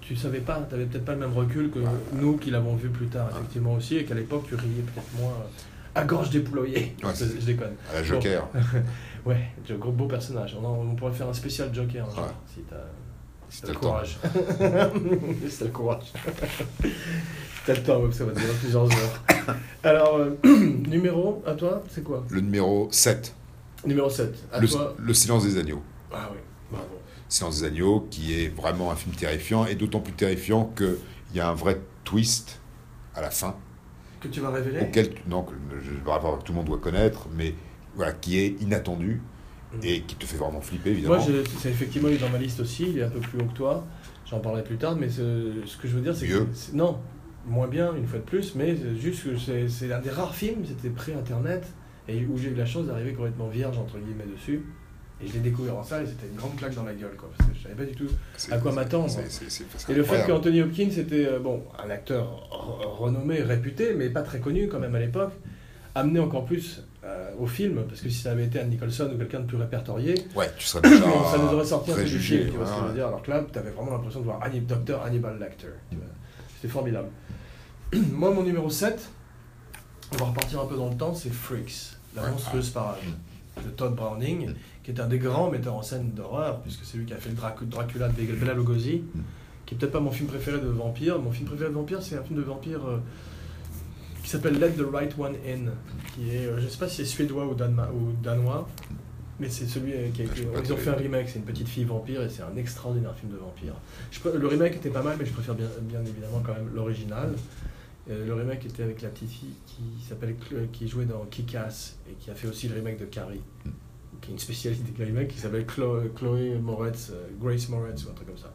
A: tu savais pas, t'avais peut-être pas le même recul que
B: Ouais.
A: nous qui l'avons vu plus tard, effectivement aussi, et qu'à l'époque tu riais peut-être moins euh, à gorge déployée.
B: Ouais,
A: je,
B: c'est-
A: je déconne.
B: À la Ah, Joker.
A: Ouais, le gros beau personnage. On, en- on pourrait faire un spécial Joker, un jour,
B: Ouais.
A: si t'as.
B: Si
A: T'as
B: t'as
A: le
B: le temps.
A: courage. C'est le courage. T'as le temps, ouais, ça va durer plusieurs heures. Alors, euh, numéro, à toi, c'est quoi
B: Le numéro 7,
A: Numéro 7, à
B: le,
A: toi.
B: le Silence des Agneaux.
A: Ah oui, bravo.
B: Silence des Agneaux, qui est vraiment un film terrifiant, et d'autant plus terrifiant qu'il y a un vrai twist à la fin,
A: Que tu vas révéler
B: auquel non, que, je, je- rapport que tout le monde doit connaître, mais voilà, qui est inattendu
A: Mm.
B: et qui te fait vraiment flipper,
A: Moi,
B: évidemment.
A: j'ai- c'est effectivement il est dans ma liste aussi, il est un peu plus haut que toi, j'en parlerai plus tard, mais ce, ce que je veux dire, c'est que.
B: Mieux.
A: c'est- Non, moins bien, une fois de plus, mais c'est juste que c'est c'est l'un des rares films, c'était pré-internet, et où j'ai eu la chance d'arriver complètement vierge, entre guillemets, dessus. Et je l'ai découvert en salle, et c'était une grande claque dans la gueule, quoi. parce que je savais pas du tout
B: C'est-
A: à quoi
B: c'est-
A: m'attendre
B: c'est- c'est- c'est- c'est
A: Et le fait
B: incroyable.
A: qu'Anthony Hopkins était euh, bon, un acteur re- renommé, réputé, mais pas très connu quand même à l'époque, amené encore plus euh, au film, parce que si ça avait été Anne Nicholson ou quelqu'un de plus répertorié,
B: Ouais, tu serais déjà
A: ça nous aurait sorti un peu du
B: préjugé,
A: film, tu vois ce que je
B: ouais.
A: veux dire. Alors que là, tu avais vraiment l'impression de voir Annie, Docteur Hannibal Lecter. tu vois. C'était formidable. Moi, mon numéro 7, on va repartir un peu dans le temps, c'est Freaks, la
B: Ouais.
A: monstrueuse parade de Todd Browning, qui est un des grands metteurs en scène d'horreur, puisque c'est lui qui a fait le Dracu- Dracula de Bela- Bela Lugosi,
B: Mm.
A: qui est peut-être pas mon film préféré de vampire. Mon film préféré de vampire, c'est un film de vampire euh, qui s'appelle Let the Right One In, qui est, euh, je sais pas si c'est suédois ou, danema- ou danois, mais c'est celui euh, qui a
B: Ah, je
A: été.
B: sais pas
A: Ils ont
B: très
A: fait un remake, c'est une petite fille vampire et c'est un extraordinaire film de vampire. Je pr- le remake était pas mal, mais je préfère bien, bien évidemment quand même l'original. Euh, le remake était avec la petite fille qui s'appelle Cl- euh, qui jouait dans Kick-Ass et qui a fait aussi le remake de Carrie, qui est une spécialité de remake qui s'appelle Chlo- Chloé Moretz, euh, Grace Moretz ou un truc comme ça.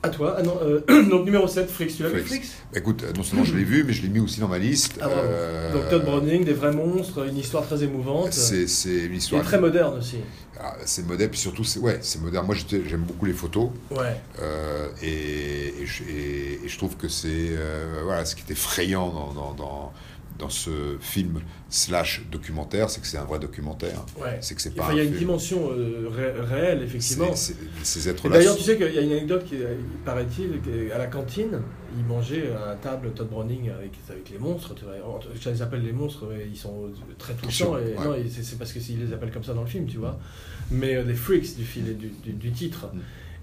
A: À toi, ah non, euh, donc numéro 7, Frix, tu l'as vu
B: Freaks.
A: Frix
B: Bah, écoute, non seulement je l'ai vu, mais je l'ai mis aussi dans ma liste.
A: Ah, bravo.
B: Euh,
A: Donc Todd Browning, des vrais monstres, une histoire très émouvante.
B: C'est c'est une
A: Il est
B: histoire.
A: très moderne aussi.
B: Ah, c'est moderne, puis surtout, c'est ouais, c'est moderne. Moi, j'étais- j'aime beaucoup les photos,
A: Ouais.
B: euh, et, et je, et- et je trouve que c'est euh, voilà, ce qui est effrayant dans, dans, dans, dans ce film slash documentaire, c'est que c'est un vrai documentaire.
A: Ouais.
B: C'est que c'est pas.
A: Enfin,
B: un
A: il y a une
B: film.
A: dimension euh, ré- réelle, effectivement.
B: C'est- c'est- Ces
A: Et
B: êtres-là.
A: D'ailleurs,
B: sont-
A: tu sais qu'il y a une anecdote qui, est- paraît-il, qu'à la cantine, il mangeait à table Todd Browning avec, avec les monstres. Tu vois. Or, Ça les appelle les monstres, mais ils sont très touchants. Et,
B: Touchants, ouais.
A: non, et c'est c'est parce que s'ils les appellent comme ça dans le film, tu vois. Mais euh, les freaks du, fil, du, du- du titre.
B: Mm.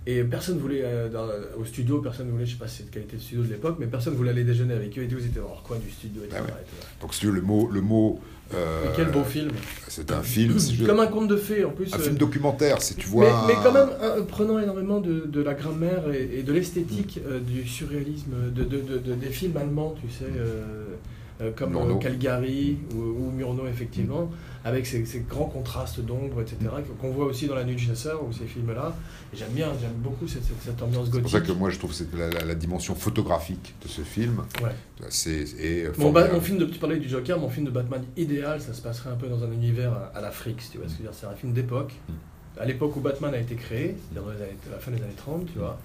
A: Et personne voulait, euh, dans- au studio, personne voulait, je sais pas si c'est de qualité de studio de l'époque, mais personne voulait aller déjeuner avec eux et tous ils étaient dans leur coin du studio. etc.
B: Ah ouais.
A: Et tout.
B: Donc, si tu veux, le mot. Le mot euh,
A: Mais quel beau film!
B: C'est un film. c'est juste-
A: Comme un conte de fées en plus.
B: un
A: euh,
B: Ah, film documentaire, si tu
A: mais,
B: vois.
A: mais
B: un-
A: quand même un- prenant énormément de, de la grammaire et, et de l'esthétique
B: Mm.
A: euh, du surréalisme de, de- de- de- des films allemands, tu sais, euh, euh, comme euh,
B: Murnau. Mm.
A: Calgary ou, ou Murnau, effectivement, avec ces, ces grands contrastes d'ombre, etc., que- qu'on voit aussi dans La Nuit du Chasseur ou ces films-là. Et J'aime bien, j'aime beaucoup cette, cette- cette ambiance
B: C'est
A: gothique.
B: pour ça que moi je trouve que c'est la, la- la dimension photographique de ce film.
A: Ouais. bah,
B: C'est et
A: Mon, ba- mon film de, tu parlais du Joker, mon film de Batman idéal, ça se passerait un peu dans un univers à, à la Frix, tu vois ce que je veux dire. C'est un film d'époque,
B: Mm.
A: à l'époque où Batman a été créé, c'est-à-dire dans les années- à la fin des années 30, tu vois,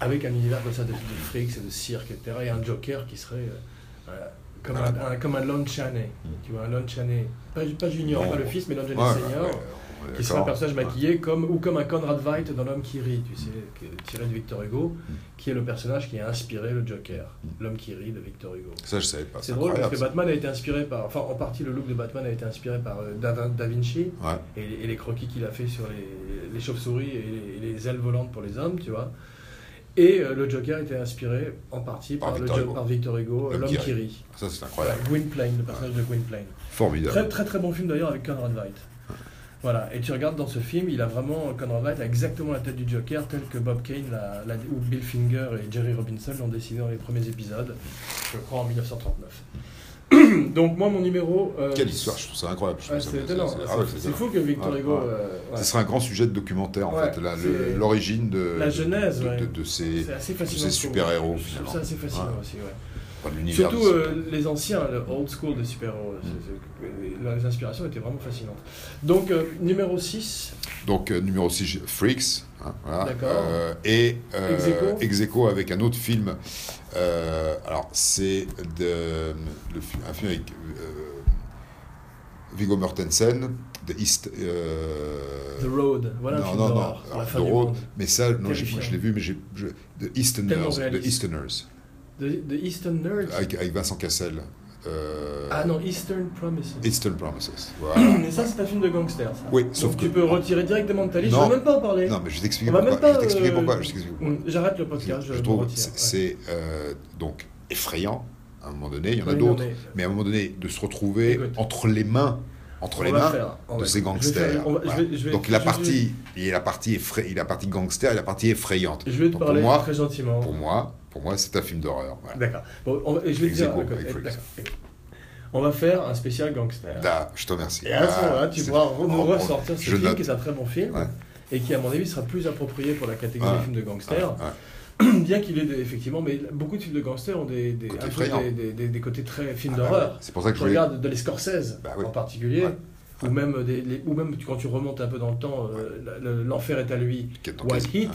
A: avec un univers comme ça de, de Frix et de cirque, etc. Et un Joker qui serait euh, euh, comme, un, un- comme un Lon Chaney, tu vois, un Lon Chaney, pas, pas junior,
B: Mm. Non.
A: pas le fils, mais Lon Chaney
B: Ouais,
A: senior,
B: ouais, ouais. on est
A: qui serait un
B: d'accord
A: personnage maquillé comme, ou comme un Conrad Veidt dans L'homme qui rit, tu sais, qui est tiré de Victor Hugo,
B: Mm.
A: qui est le personnage qui a inspiré le Joker,
B: Mm.
A: l'homme qui rit de Victor Hugo.
B: Ça, je savais pas.
A: Bah, C'est drôle parce que
B: incroyable,
A: Batman a été inspiré par, enfin en partie le look de Batman a été inspiré par euh, Da, Vin- Da Vinci
B: ça. Ouais.
A: et, les- et les croquis qu'il a fait sur les, les chauves-souris et les, et les ailes volantes pour les hommes, tu vois. Et euh, le Joker était inspiré en partie
B: Par
A: par, le
B: Victor
A: Jo-
B: Hugo.
A: par Victor Hugo, euh, l'homme qui rit.
B: Ça, c'est
A: Voilà,
B: incroyable.
A: Gwynplaine, le personnage de Gwynplaine.
B: Formidable.
A: Très très très bon film d'ailleurs avec Conrad Veidt. Voilà, et tu regardes dans ce film, il a vraiment, Conrad Veidt a exactement la tête du Joker telle que Bob Kane l'a- l'a- ou Bill Finger et Jerry Robinson l'ont dessiné dans les premiers épisodes, je crois en 1939. Donc moi mon numéro... euh,
B: Quelle histoire, je trouve ça incroyable. Je trouve
A: ouais,
B: ça-
A: c'est étonnant,
B: ah ouais,
A: c'est c'est
B: étonnant.
A: fou que Victor
B: Ouais,
A: Hugo...
B: ouais.
A: euh, ouais.
B: Ce serait un grand sujet de documentaire, en
A: Ouais,
B: fait, la- le-
A: c'est-
B: l'origine de,
A: La genèse,
B: de,
A: ouais.
B: de- de ces,
A: C'est assez
B: de
A: fascinant.
B: ces
A: je trouve. Je
B: super-héros,
A: trouve
B: finalement.
A: ça assez fascinant
B: Ouais.
A: aussi, ouais.
B: Enfin, de l'univers
A: Surtout
B: de ces-
A: euh, les anciens, le old school des super-héros, c'est- c'est- leurs inspirations étaient vraiment fascinantes. Donc euh, numéro 6,
B: Donc, euh, numéro 6, Freaks. hein, voilà.
A: D'accord.
B: Euh, et euh,
A: Ex aequo.
B: ex aequo avec un autre film. Euh, alors, c'est de- le fi- un film avec euh, Viggo Mortensen, de East. euh,
A: The Road, voilà un
B: non,
A: film
B: non, non,
A: d'horreur, la
B: alors,
A: fin
B: The
A: du
B: Road,
A: monde.
B: mais ça, non, j'ai-
A: Terrifiant.
B: je l'ai vu, mais j'ai. je- The Easterners.
A: Tellement
B: The
A: réaliste.
B: Easterners.
A: The, the Eastern Nerds
B: Avec, avec Vincent Cassel. Ah, euh,
A: Ah non, Eastern Promises.
B: Eastern Promises. Voilà.
A: Mais ça, c'est un film de gangster, ça.
B: oui,
A: Donc
B: sauf que.
A: tu peux retirer directement de ta liste,
B: Non.
A: je veux même pas en parler.
B: Non, mais je vais t'expliquer
A: On va
B: pourquoi.
A: même pas,
B: je vais t'expliquer
A: euh,
B: pourquoi. Je vais t'expliquer pourquoi.
A: Mm, J'arrête le podcast, je,
B: je
A: me
B: trouve
A: retire.
B: c'est
A: Ouais.
B: c'est, euh, donc effrayant à un moment donné. Il y en a
A: Oui, non,
B: d'autres,
A: mais
B: mais à un moment donné de se retrouver
A: Écoute.
B: entre les mains, entre
A: on
B: les
A: va
B: mains
A: faire, on
B: de
A: va-
B: ces
A: je vais
B: gangsters.
A: faire- on va- je
B: Voilà.
A: vais- je vais-
B: donc la
A: je-
B: partie, il y a la partie effra- il y a la partie gangster, et la partie effrayante.
A: Je vais te
B: Donc, pour
A: parler Bah.
B: moi-
A: très gentiment.
B: Pour moi, pour moi, c'est un film d'horreur. Voilà.
A: D'accord. Bon, on va- et je vais te
B: Ex
A: dire.
B: aequo,
A: d'accord,
B: avec Freaks.
A: d'accord. On va faire un spécial gangster.
B: Da, je te remercie.
A: Et à ce
B: Ah,
A: moment-là, tu
B: c'est-
A: pourras re- nous
B: on- on-
A: ressortir ce
B: je
A: film
B: note.
A: qui est un très bon film
B: Ouais.
A: et qui, à mon avis, sera plus approprié pour la catégorie
B: Ouais.
A: film de gangster.
B: Ah, ah.
A: Bien qu'il ait des- effectivement, mais beaucoup de films de gangsters ont des, des,
B: Côté
A: un peu
B: effrayant.
A: des- des- des- des côtés très films
B: Ah, bah, ouais.
A: d'horreur.
B: C'est pour ça que
A: Tu
B: je voulais.
A: regardes de les Scorsese
B: Bah oui.
A: en particulier,
B: Ouais.
A: ou même, des, les- ou même tu- quand tu remontes un peu dans le temps, euh, la- le- L'Enfer est à lui,
B: Qu'est- donc,
A: White
B: qu'est-ce-
A: Heat.
B: hein.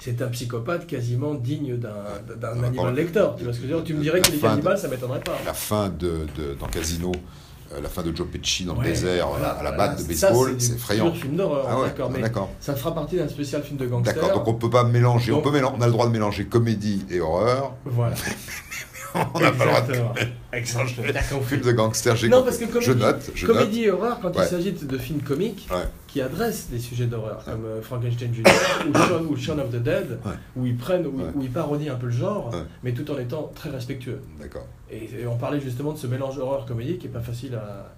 A: C'est un psychopathe quasiment digne d'un
B: Ouais.
A: d'un
B: Ouais.
A: animal lecteur. Tu vois ce que je veux dire Tu me dirais
B: La
A: qu'il est
B: fin de-
A: animal, ça m'étonnerait pas.
B: La fin de, de- dans Casino, euh, la fin de Joe Pesci dans
A: Ouais,
B: le désert euh,
A: voilà,
B: à la
A: voilà.
B: batte de
A: Ça,
B: baseball,
A: du
B: c'est effrayant.
A: pur film d'horreur,
B: Ah ouais,
A: d'accord, mais
B: d'accord.
A: ça fera partie d'un spécial film de gangster.
B: D'accord, donc on peut pas mélanger,
A: Donc-
B: on, peut mélanger, on a le droit de mélanger comédie et horreur,
A: Voilà.
B: on n'a pas le droit de
A: Exactement. Exactement. T'as compris.
B: film de gangster, j'ai
A: Non, parce
B: compris.
A: que comédie-
B: Je note, je
A: Comédie et horreur, quand il
B: Ouais.
A: s'agit de de films comiques
B: Ouais.
A: qui adressent des sujets d'horreur, comme euh, Frankenstein Jr. ou, Shaun, ou Shaun of the Dead,
B: Ouais.
A: où ils prennent, où,
B: Ouais.
A: où ils parodient un peu le genre,
B: Ouais.
A: mais tout en étant très respectueux.
B: note. D'accord.
A: Et, et on parlait justement de ce mélange horreur-comédie qui est pas facile à,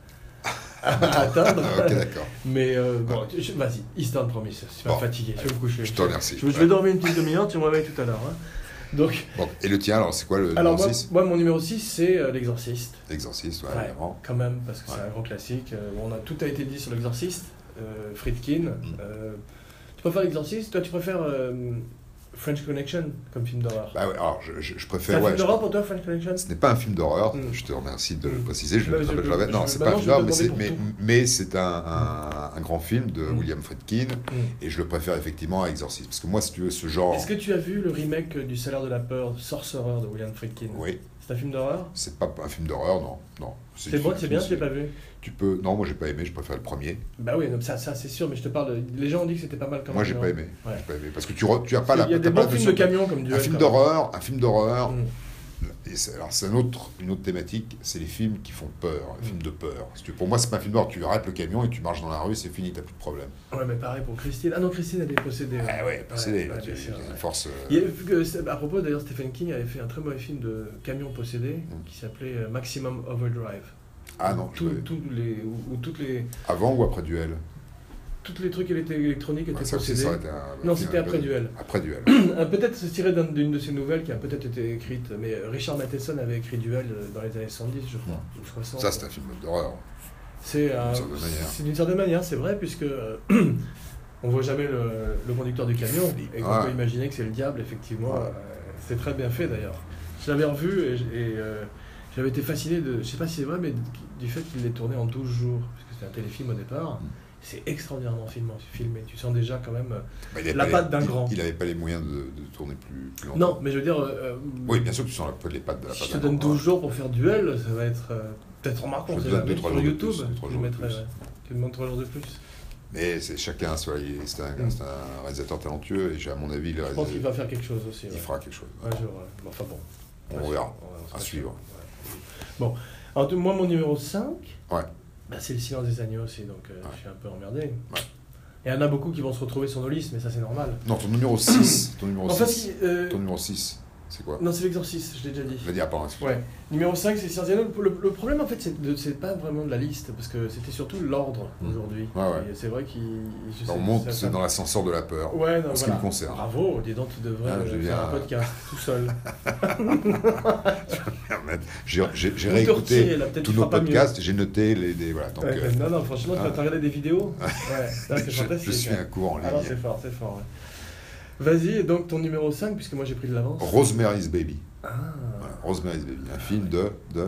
A: à atteindre.
B: Ah, ok, d'accord.
A: Mais euh, bon, tu- je- vas-y, Eastern Promise, je suis pas
B: Bon.
A: fatigué, je vais me coucher.
B: Je te remercie.
A: Je, je vais
B: Ouais.
A: dormir une petite demi-heure, tu me réveilles tout à l'heure. hein. Donc,
B: Bon, et le tien, alors, c'est quoi le
A: alors moi,
B: numéro 6
A: moi, mon numéro 6, c'est euh, l'exorciste.
B: L'exorciste, ouais,
A: Ouais.
B: évidemment.
A: Quand même, parce que
B: Ouais.
A: c'est un grand classique. Euh, on a, tout a été dit sur l'exorciste, euh, Friedkin.
B: Mm.
A: euh, tu préfères l'exorciste Toi, tu préfères euh, French Connection comme film d'horreur
B: Bah ouais, alors, je, je- je
A: C'est un
B: préfère.
A: film
B: ouais, je-
A: d'horreur pour toi, French Connection
B: ce n'est pas un film d'horreur,
A: Mm.
B: je te remercie de le
A: Mm.
B: préciser, je
A: Bah,
B: ne
A: je-
B: le rappelle
A: je-
B: jamais. Non,
A: je-
B: c'est
A: bah
B: pas
A: non,
B: un
A: je
B: film d'horreur,
A: te
B: mais c'est,
A: demandais
B: mais,
A: pour
B: mais c'est un, un- un grand film de
A: Mm.
B: William Friedkin,
A: Mm.
B: et je le préfère effectivement à Exorciste. Parce que moi, si tu veux, ce genre.
A: Est-ce que tu as vu le remake euh, du Salaire de la Peur, Sorcerer de William Friedkin
B: Oui,
A: C'est un film d'horreur
B: c'est pas un film d'horreur, non. non.
A: C'est bon,
B: un
A: c'est
B: film-
A: bien, tu l'as pas vu
B: Tu peux. Non, moi j'ai pas aimé, je préfère le premier.
A: Bah oui, non, ça, ça c'est sûr, mais je te parle. de- Les gens ont dit que c'était pas mal quand
B: moi
A: même,
B: j'ai
A: non
B: pas aimé.
A: Ouais.
B: J'ai pas aimé. Parce que tu, re- tu as pas la.
A: Il y a
B: t'as
A: des
B: pas
A: bons
B: la
A: films de
B: notion-
A: camion comme duel.
B: Un film
A: quand même.
B: d'horreur, un film d'horreur.
A: Mm.
B: et c'est- Alors c'est un autre, une autre thématique, c'est les films qui font peur,
A: Mm.
B: les films de peur. Si tu- pour moi c'est pas un film d'horreur, tu arrêtes le camion et tu marches dans la rue, c'est fini, t'as plus de problème.
A: Ouais, mais pareil pour Christine. Ah non, Christine, elle est possédée.
B: Ah ouais, c'est
A: ouais,
B: les-
A: ouais,
B: tu-
A: bien sûr,
B: les
A: ouais.
B: forces, euh,
A: Il y a- vu que c'est- à propos d'ailleurs, Stephen King avait fait un très mauvais film de camion possédé qui s'appelait euh, Maximum Overdrive.
B: Mm. Ah non, je
A: Tout-
B: l'ai-
A: tous les, où, où toutes les,
B: avant ou après duel
A: toutes les trucs éle- électroniques étaient
B: Ouais, ça aussi,
A: possédés.
B: ça aurait été un-
A: Non,
B: un-
A: c'était
B: un-
A: après duel.
B: Après duel.
A: Ah, peut-être se tirer d'un- d'une de ces nouvelles qui a peut-être été écrite, mais euh, Richard Matheson avait écrit Duel euh, dans les années 110, je crois, ou 60.
B: Mm. ça c'est un film d'horreur.
A: C'est euh,
B: certaine manière.
A: c'est d'une certaine manière, c'est vrai, puisque euh, on voit jamais le, le conducteur du camion, et qu'on
B: Ouais.
A: peut imaginer que c'est le diable, effectivement.
B: Ouais.
A: Euh, c'est très bien fait d'ailleurs. Je l'avais revu et, j- et, euh, j'avais été fasciné de, je sais pas si c'est vrai, mais du fait qu'il l'ait tourné en 12 jours, parce que c'était un téléfilm au départ.
B: Mm.
A: C'est extraordinairement filmé, filmé. Tu sens déjà quand même. euh,
B: Bah, il avait
A: La
B: pas les-
A: patte d'un
B: il-
A: grand.
B: Il n'avait pas les moyens de, de tourner plus, plus longtemps.
A: Non, mais je veux dire. euh,
B: Oui, bien sûr que tu sens un peu les pattes de la
A: Si
B: patte
A: je te
B: d'un
A: donne
B: grand.
A: 12 jours pour faire duel, ça va être euh, peut-être remarquant.
B: Je te
A: c'est
B: donne
A: jamais
B: deux, trois
A: sur
B: jours de
A: YouTube,
B: plus, deux, trois
A: je
B: jours de
A: mettrai,
B: plus.
A: ouais. Tu me demandes 3 jours de plus.
B: hein. Mais c'est chacun, soit il- c'est un,
A: Mm.
B: c'est un réalisateur talentueux et j'ai à mon avis le
A: Je pense qu'il
B: réalisateur,
A: va faire quelque chose aussi.
B: il,
A: ouais.
B: fera quelque chose.
A: Un jour, ouais. Bon, Enfin bon.
B: On
A: Ouais,
B: verra.
A: on- on se
B: À
A: passe-
B: suivre.
A: ouais. Bon, alors de- moi, mon numéro 5,
B: Ouais.
A: bah, c'est le silence des agneaux aussi, donc euh,
B: Ouais.
A: je suis un peu emmerdé.
B: Ouais.
A: Et il y en a beaucoup qui vont se retrouver sur nos listes, mais ça, c'est normal.
B: Non, ton numéro 6. Ton numéro
A: en fait,
B: 6.
A: si- euh,
B: Ton numéro 6, c'est quoi
A: non, c'est l'exorciste, je l'ai déjà dit.
B: Je l'ai dit à part, hein, excuse-moi.
A: Ouais. Numéro 5, c'est Silence des Agneaux. Le, le problème, en fait, c'est de- c'est pas vraiment de la liste, parce que c'était surtout l'ordre
B: Mm.
A: aujourd'hui.
B: Ouais, ouais.
A: Et C'est vrai qu'il. je
B: Alors,
A: sais-
B: on monte
A: ça- ça-
B: dans l'ascenseur de la peur.
A: Ouais, non,
B: en ce qui
A: voilà.
B: me concerne.
A: Bravo, dis donc, tu devrais
B: Ah, je
A: euh,
B: deviens
A: faire un
B: un-
A: podcast tout seul.
B: Merde, J'ai j'ai- j'ai
A: Ou te retirer,
B: réécouté
A: là, peut-être
B: tous
A: tu
B: nos
A: feras pas mieux.
B: podcasts, j'ai noté les. les- voilà, donc,
A: Ouais,
B: euh,
A: non, non, franchement, tu vas
B: ah.
A: te regarder des vidéos. Ouais, là, c'est
B: je,
A: fantastique.
B: je suis
A: hein.
B: un cours en
A: Ah non, c'est
B: ligne.
A: fort, c'est fort. ouais. Vas-y, et donc ton numéro 5, puisque moi j'ai pris de l'avance.
B: Rosemary's Baby.
A: Ah,
B: Voilà, Rosemary's Baby, un film de. de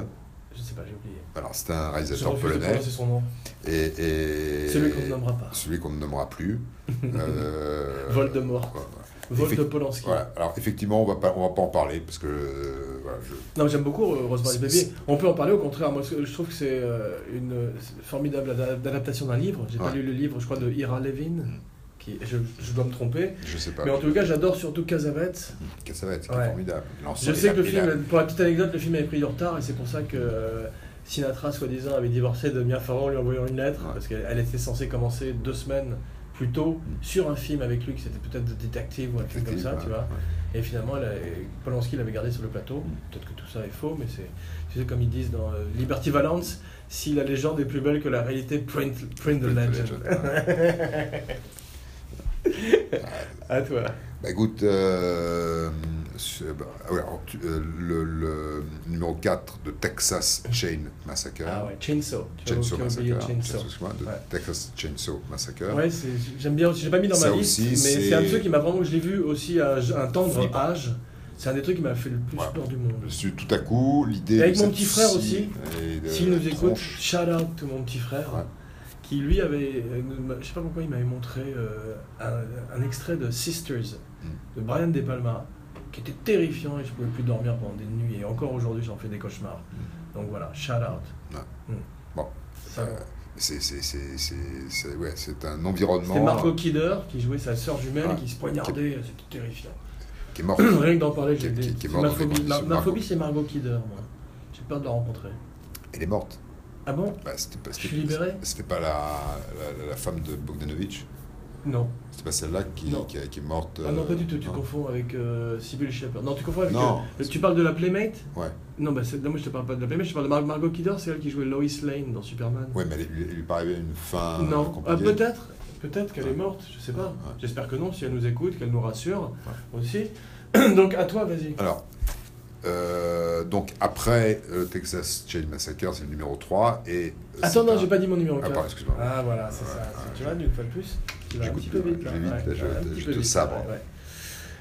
A: je sais pas, j'ai oublié.
B: alors, c'est un
A: Je
B: réalisateur
A: refuse de
B: polonais.
A: prononcer son nom.
B: Et, et-
A: Celui qu'on ne nommera pas.
B: celui qu'on ne nommera plus. Euh,
A: Voldemort.
B: voilà.
A: Vol de
B: Effect-
A: Polanski.
B: Voilà. Alors effectivement, on va pas, on va pas en parler parce que euh, voilà, je-
A: Non, mais j'aime beaucoup euh, Rosemary's
B: C'est-
A: Baby. On peut en parler, au contraire. Moi, je trouve que c'est euh, une euh, formidable ad- adaptation d'un livre. J'ai pas
B: Ouais.
A: lu le livre, je crois, de Ira Levin. Qui, je, je dois me tromper.
B: je sais pas.
A: Mais en tout cas, j'adore surtout Casavette.
B: Que ça va être c'est
A: Ouais.
B: formidable. L'ensemble
A: Je sais
B: est
A: que le
B: là- est là.
A: film, pour la petite anecdote, le film avait pris du retard et c'est pour ça que euh, Sinatra, soi-disant, avait divorcé de Mia Farrow en lui envoyant une lettre
B: Ouais.
A: parce qu'elle elle était censée commencer deux semaines plus tôt sur un film avec lui qui c'était peut-être de détective ou un film comme ça,
B: Ouais.
A: tu vois.
B: Ouais.
A: Et finalement, elle a- Polanski l'avait gardé sur le plateau. Peut-être que tout ça est faux, mais c'est tu sais, comme ils disent dans euh, Liberty Valance si la légende est plus belle que la réalité, print, print the legend. À toi.
B: Bah écoute, euh, ce- bah, alors, tu- euh, le, le numéro 4 de Texas Chain Massacre.
A: Ah ouais, Chainsaw. Tu as-
B: Chainsaw
A: tu as oublié
B: Massacre.
A: Chainsaw.
B: Excuse-moi, de
A: Ouais.
B: Texas Chainsaw Massacre.
A: Ouais, c'est- j'aime bien aussi. J'ai pas mis dans
B: Ça
A: ma liste,
B: aussi,
A: mais c'est
B: c'est-
A: un de ceux qui m'a vraiment. Je l'ai vu aussi à un tendre
B: Flippant.
A: âge. C'est un des trucs qui m'a fait le plus
B: Ouais.
A: peur du monde.
B: Je suis tout à coup l'idée.
A: Et avec
B: de
A: mon
B: cette
A: petit frère
B: scie
A: aussi,
B: et de
A: S'il nous
B: la
A: écoute,
B: euh, tronche.
A: shout out to mon petit frère,
B: Ouais.
A: qui lui avait. euh, nous- Je sais pas pourquoi il m'avait montré euh, un, un extrait de Sisters
B: Hmm.
A: de Brian De Palma, qui était terrifiant et je pouvais plus dormir pendant des nuits. Et encore aujourd'hui, j'en fais des cauchemars. Donc voilà, shout out.
B: Hmm. Ouais.
A: Mm.
B: Bon.
A: Ça va.
B: Euh, C'est c'est- c'est- c'est- c'est- ouais, c'est un environnement
A: C'était Margot Kidder qui jouait sa sœur jumelle
B: euh, Ouais.
A: et qui se poignardait, c'était terrifiant.
B: qui est mort.
A: Rien que d'en parler,
B: Qui-
A: j'ai
B: qui-
A: des...
B: qui
A: c'est
B: est mort
A: ma
B: dans des
A: phobie. Ma,
B: conditions
A: ma
B: Margot.
A: phobie, c'est Margot Kidder, moi. J'ai peur de la rencontrer.
B: Elle est morte.
A: Ah bon
B: Bah, c'était pas,
A: Je
B: c'était-
A: suis libéré
B: C'était pas la, la, la femme de Bogdanovich.
A: Non.
B: C'était pas celle-là qui,
A: Non.
B: qui, qui est morte.
A: Ah non, pas du tout. Tu
B: non.
A: confonds avec euh, Sybil Shepherd. Non, tu confonds avec.
B: Euh, Non.
A: euh, tu parles de la Playmate
B: Ouais.
A: Non, bah, c'est- non, moi je te parle pas de la Playmate, je te parle de Mar- Margot Kidder, c'est elle qui jouait Lois Lane dans Superman.
B: Ouais, mais elle, lui- elle lui paraît une fin.
A: non, Ah,
B: compliquée.
A: peut-être. Peut-être qu'elle
B: Ouais.
A: est morte, je sais pas.
B: Ouais.
A: J'espère que non, si elle nous écoute, qu'elle nous rassure aussi. Donc à toi, vas-y.
B: Alors, euh, donc après euh, Texas Chain Massacre, c'est le numéro 3. Et, euh,
A: Attends,
B: c'est
A: non,
B: un-
A: j'ai pas dit mon numéro
B: Ah,
A: 4.
B: pardon, excuse-moi.
A: Ah voilà, c'est ça.
B: ouais,
A: tu vois, d'une fois de plus, tu vas un
B: J'écoute
A: petit peu
B: plus,
A: vite. hein.
B: je vais vite, là, je-
A: un petit
B: je
A: peu
B: te
A: vite,
B: sabre.
A: ouais, ouais.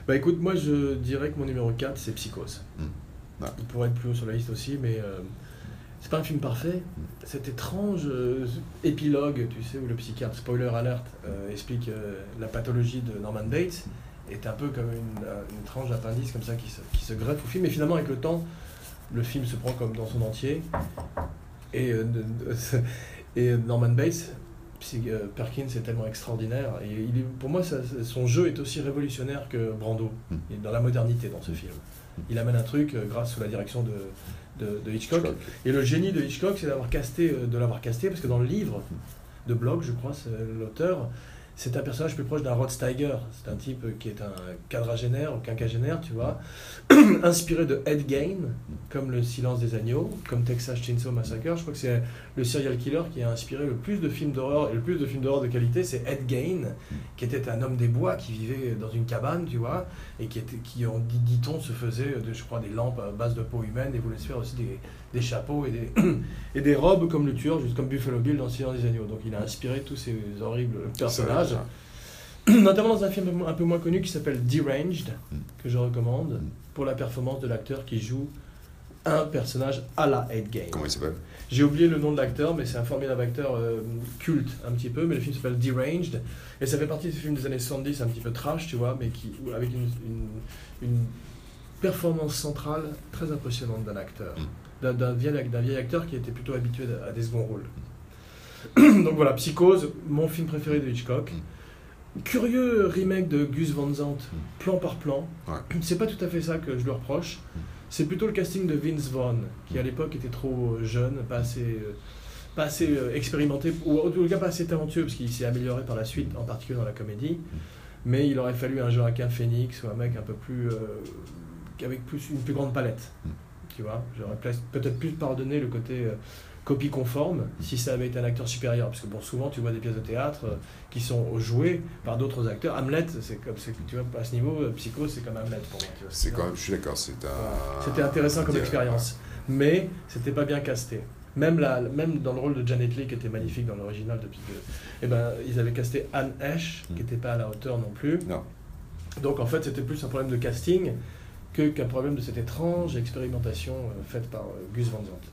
A: Bah écoute, moi je dirais que mon numéro 4, c'est Psychose.
B: Hmm. Ouais.
A: Il pourrait être plus haut sur la liste aussi, mais euh, c'est pas un film parfait.
B: Hmm.
A: Cet étrange euh, épilogue, tu sais, où le psychiatre, spoiler alerte, euh, explique euh, la pathologie de Norman Bates, est un peu comme une, euh, une tranche d'appendice comme ça qui se, qui se greffe au film. Et finalement, avec le temps, le film se prend comme dans son entier. Et, euh, de- de- et Norman Bates, psy- euh, Perkins est tellement extraordinaire. Et il est- pour moi, ça- ça- son jeu est aussi révolutionnaire que Brando.
B: Mm.
A: Il est dans la modernité dans ce film. Il amène un truc euh, grâce sous la direction de, de- de Hitchcock.
B: Hitchcock.
A: Et le génie de Hitchcock, c'est d'avoir casté, euh, de l'avoir casté, parce que dans le livre de Bloch, je crois, c'est euh, l'auteur, c'est un personnage plus proche d'un Rod Steiger. C'est un type euh, qui est un quadragénaire ou quinquagénaire, tu vois, inspiré de Ed Gein, comme Le Silence des Agneaux, comme Texas Chainsaw Massacre. Je crois que c'est le serial killer qui a inspiré le plus de films d'horreur, et le plus de films d'horreur de qualité, c'est Ed Gein, qui était un homme des bois qui vivait dans une cabane, tu vois, et qui, était, qui on dit- dit-on, se faisait, de, je crois, des lampes à base de peau humaine et voulait se faire aussi des, des chapeaux et des, et des robes comme le tueur, juste comme Buffalo Bill dans Le Silence des Agneaux. Donc il a inspiré tous ces horribles personnages, notamment dans un film un peu moins- un peu moins connu qui s'appelle Deranged, que je recommande, pour la performance de l'acteur qui joue un personnage à la Ed Gein.
B: Comment il s'appelle
A: J'ai oublié le nom de l'acteur, mais c'est un formidable acteur euh, culte un petit peu, mais le film s'appelle Deranged, et ça fait partie de ces films des années 70, un petit peu trash, tu vois, mais qui, où- avec une, une- une performance centrale très impressionnante d'un acteur, d'un- d'un vieil, d'un vieil acteur qui était plutôt habitué à des seconds rôles. Donc voilà, Psychose, mon film préféré de Hitchcock. Curieux remake de Gus Van Sant, plan par plan.
B: Ouais.
A: C'est pas tout à fait ça que je lui reproche. C'est plutôt le casting de Vince Vaughn, qui à l'époque était trop euh, jeune, pas assez, euh, pas assez euh, expérimenté, ou en tout cas pas assez talentueux, parce qu'il s'est amélioré par la suite, en particulier dans la comédie. Mais il aurait fallu un Joaquin Phoenix ou un mec un peu plus. euh, avec plus, une plus grande palette.
B: Mm.
A: Tu vois J'aurais pla- peut-être plus pardonné le côté. euh, copie conforme si ça avait été un acteur supérieur. Parce que bon, souvent, tu vois des pièces de théâtre euh, qui sont jouées par d'autres acteurs. Hamlet, c'est comme, c'est- tu vois, à ce niveau, euh, Psycho, c'est comme Hamlet pour moi. tu vois.
B: C'est quand même, je suis d'accord, c'est un.
A: C'était intéressant comme
B: c'est-
A: expérience, mais c'était pas bien casté. Même, la, même dans le rôle de Janet Leigh, qui était magnifique dans l'original de Psycho, eh ben, ils avaient casté Anne Hesh, qui
B: Mm.
A: n'était pas à la hauteur non plus.
B: Non.
A: Donc en fait, c'était plus un problème de casting que- qu'un problème de cette étrange expérimentation euh, faite par euh, Gus Van Sant.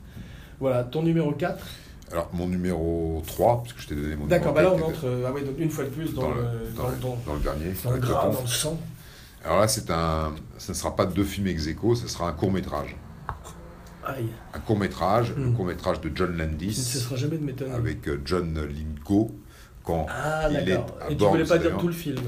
A: Voilà, ton numéro 4,
B: Alors, mon numéro 3, puisque je t'ai donné mon
A: D'accord, bah là
B: numéro
A: on
B: quatre,
A: entre euh, ah ouais, donc une fois de plus dans,
B: dans
A: le,
B: le-
A: dans, le, don-
B: dans le dernier.
A: dans le
B: avec
A: gras,
B: Laurence.
A: dans le sang.
B: Alors là, c'est un, ça ne sera pas deux films ex aequo, ce sera un court métrage.
A: Aïe,
B: Un court métrage, le
A: Mm.
B: court métrage de John
A: tu ne
B: Landis
A: cesseras jamais de m'étonner.
B: avec euh, John Lithgow. Quand
A: Ah
B: il est
A: d'accord,
B: à
A: et tu
B: bord
A: voulais
B: de
A: pas
B: cet
A: dire
B: avion.
A: tout le film.